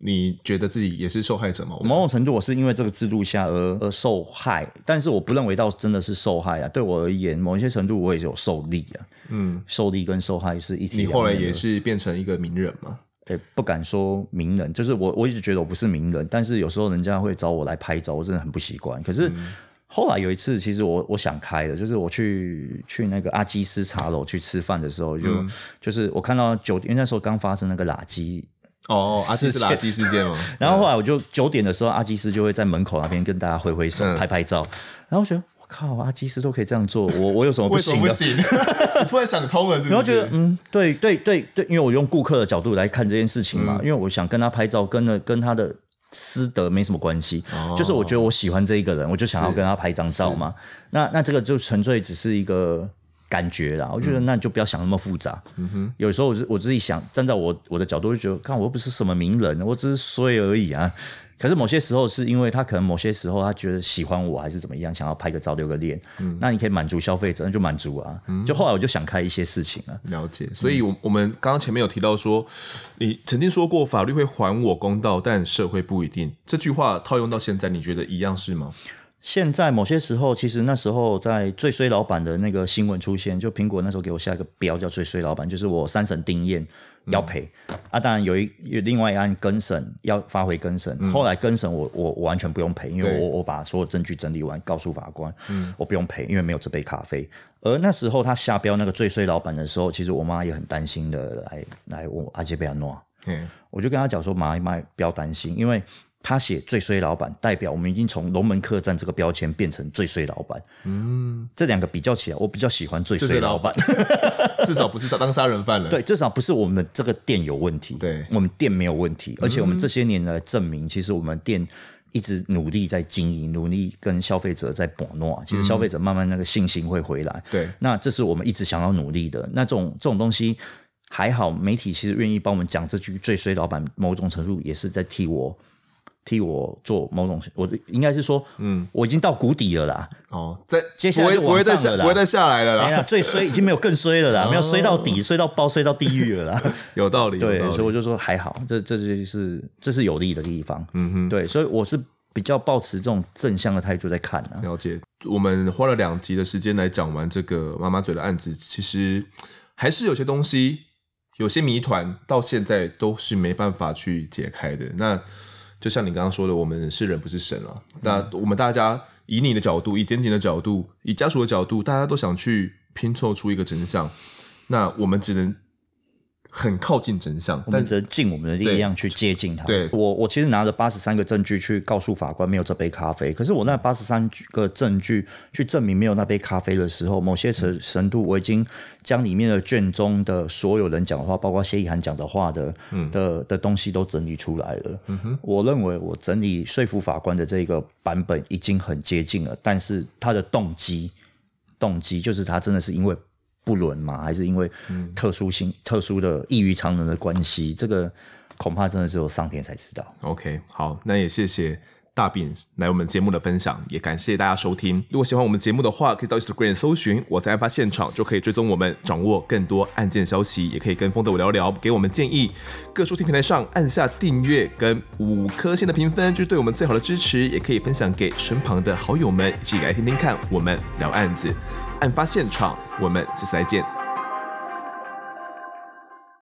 A: 你觉得自己也是受害者吗？我们
B: 某种程度，我是因为这个制度下而而受害，但是我不认为到真的是受害啊。对我而言，某一些程度我也有受力啊。嗯，受力跟受害是一体
A: 你
B: 两面的。
A: 后来也是变成一个名人嘛？
B: 也不敢说名人，就是我我一直觉得我不是名人，但是有时候人家会找我来拍照，我真的很不习惯。可是
A: 嗯
B: 后来有一次，其实我我想开了，就是我去去那个阿基斯茶楼去吃饭的时候，就、
A: 嗯
B: 就是我看到九点，因为那时候刚发生那个垃圾。
A: 哦，阿基
B: 事
A: 是
B: 件
A: 垃圾事件 吗？
B: 然后后来我就九点的时候，阿基斯就会在门口那边跟大家挥挥
A: 嗯
B: 手、拍拍照。然后我觉得我靠，阿基斯都可以这样做，我我有什么不
A: 为什么
B: 行
A: 不
B: 的？
A: 行？ 你突然想通了，是不是？
B: 然后觉得，嗯，对对对对，因为我用顾客的角度来看这件事情嘛，因为我想跟他拍照，跟了跟他的私德没什么关系，就是我觉得我喜欢这一个人，我就想要跟他拍张照嘛。那那这个就纯粹只是一个感觉啦，我觉得那你就不要想那么复杂。嗯哼，有时候我是我自己想，站在我我的角度就觉得，看我又不是什么名人，我只是衰而已啊。可是某些时候是因为他可能某些时候他觉得喜欢我还是怎么样，想要拍个照留个念，那你可以满足消费者，那就满足啊。就后来我就想开一些事情啊，
A: 了解，所以，我我们刚刚前面有提到说，你曾经说过法律会还我公道，但社会不一定。这句话套用到现在，你觉得一样是吗？
B: 现在某些时候，其实那时候在最衰老板的那个新闻出现，就苹果那时候给我下一个标叫最衰老板，就是我三审定验要赔、啊。当然有一有另外一案更审要发回更审，后来更审我我我完全不用赔，因为
A: 对
B: 我我把所有证据整理完，告诉法官，我不用赔，因为没有这杯咖啡。而那时候他下标那个最衰老板的时候，其实我妈也很担心的来来问我阿杰贝安诺。啊
A: 嗯，
B: 我就跟他讲说，马一麦不要担心，因为他写最衰老板，代表我们已经从龙门客栈这个标签变成最衰老板。嗯，这两个比较起来，我比较喜欢最衰老板。
A: 至少不是当杀人犯了。
B: 对，至少不是我们这个店有问题，
A: 对
B: 我们店没有问题，而且我们这些年来证明，其实我们店。一直努力在经营，努力跟消费者在搏诺，其实消费者慢慢那个信心会回来。
A: 对
B: 那这是我们一直想要努力的。那这种这种东西还好，媒体其实愿意帮我们讲这句“最衰老板”，某种程度也是在替我替我做某种，我应该是说，嗯，我已经到谷底 了啦。
A: 哦，在
B: 接下来就
A: 不会不会再
B: 往上
A: 下
B: 了啦
A: 不会再下来了
B: 哎呀
A: 啦，，
B: 最衰已经没有更衰了啦，没有衰到底，衰到爆，衰到地狱了啦。
A: 哦 有道理，
B: 对，
A: 有道理
B: 所以我就说还好，这这就是这是有利的地方。嗯哼，对，所以我是比较抱持这种正向的态度在看啊。
A: 了解，我们花了两集的时间来讲完这个妈妈嘴的案子，其实还是有些东西，有些谜团到现在都是没办法去解开的。那就像你刚刚说的，我们是人不是神了。
B: 嗯
A: 那我们大家以你的角度，以检警的角度，以家属的角度，大家都想去拼凑出一个真相。那我们只能很靠近真相，
B: 我
A: 但
B: 们只能尽我们的力量去接近它。
A: 对
B: 我，我其实拿着八十三个证据去告诉法官没有这杯咖啡，可是我那八十三个证据去证明没有那杯咖啡的时候，某些程程度我已经将里面的卷宗的所有人讲的话，包括谢意涵讲的话的、
A: 嗯
B: 的的东西都整理出来了。我认为我整理说服法官的这个版本已经很接近了，但是他的动机。动机，就是他真的是因为不伦吗？还是因为特殊性、特殊的异于常人的关系？这个恐怕真的只有上天才知道。
A: OK，好，那也谢谢大饼来我们节目的分享，也感谢大家收听。如果喜欢我们节目的话，可以到 Instagram 搜寻“我在案发现场”，就可以追踪我们，掌握更多案件消息，也可以跟风的我聊聊，给我们建议。各收听平台上按下订阅跟五颗星的评分，就是对我们最好的支持，也可以分享给身旁的好友们，一起来听听看我们聊案子。案发现场，我们下次再见，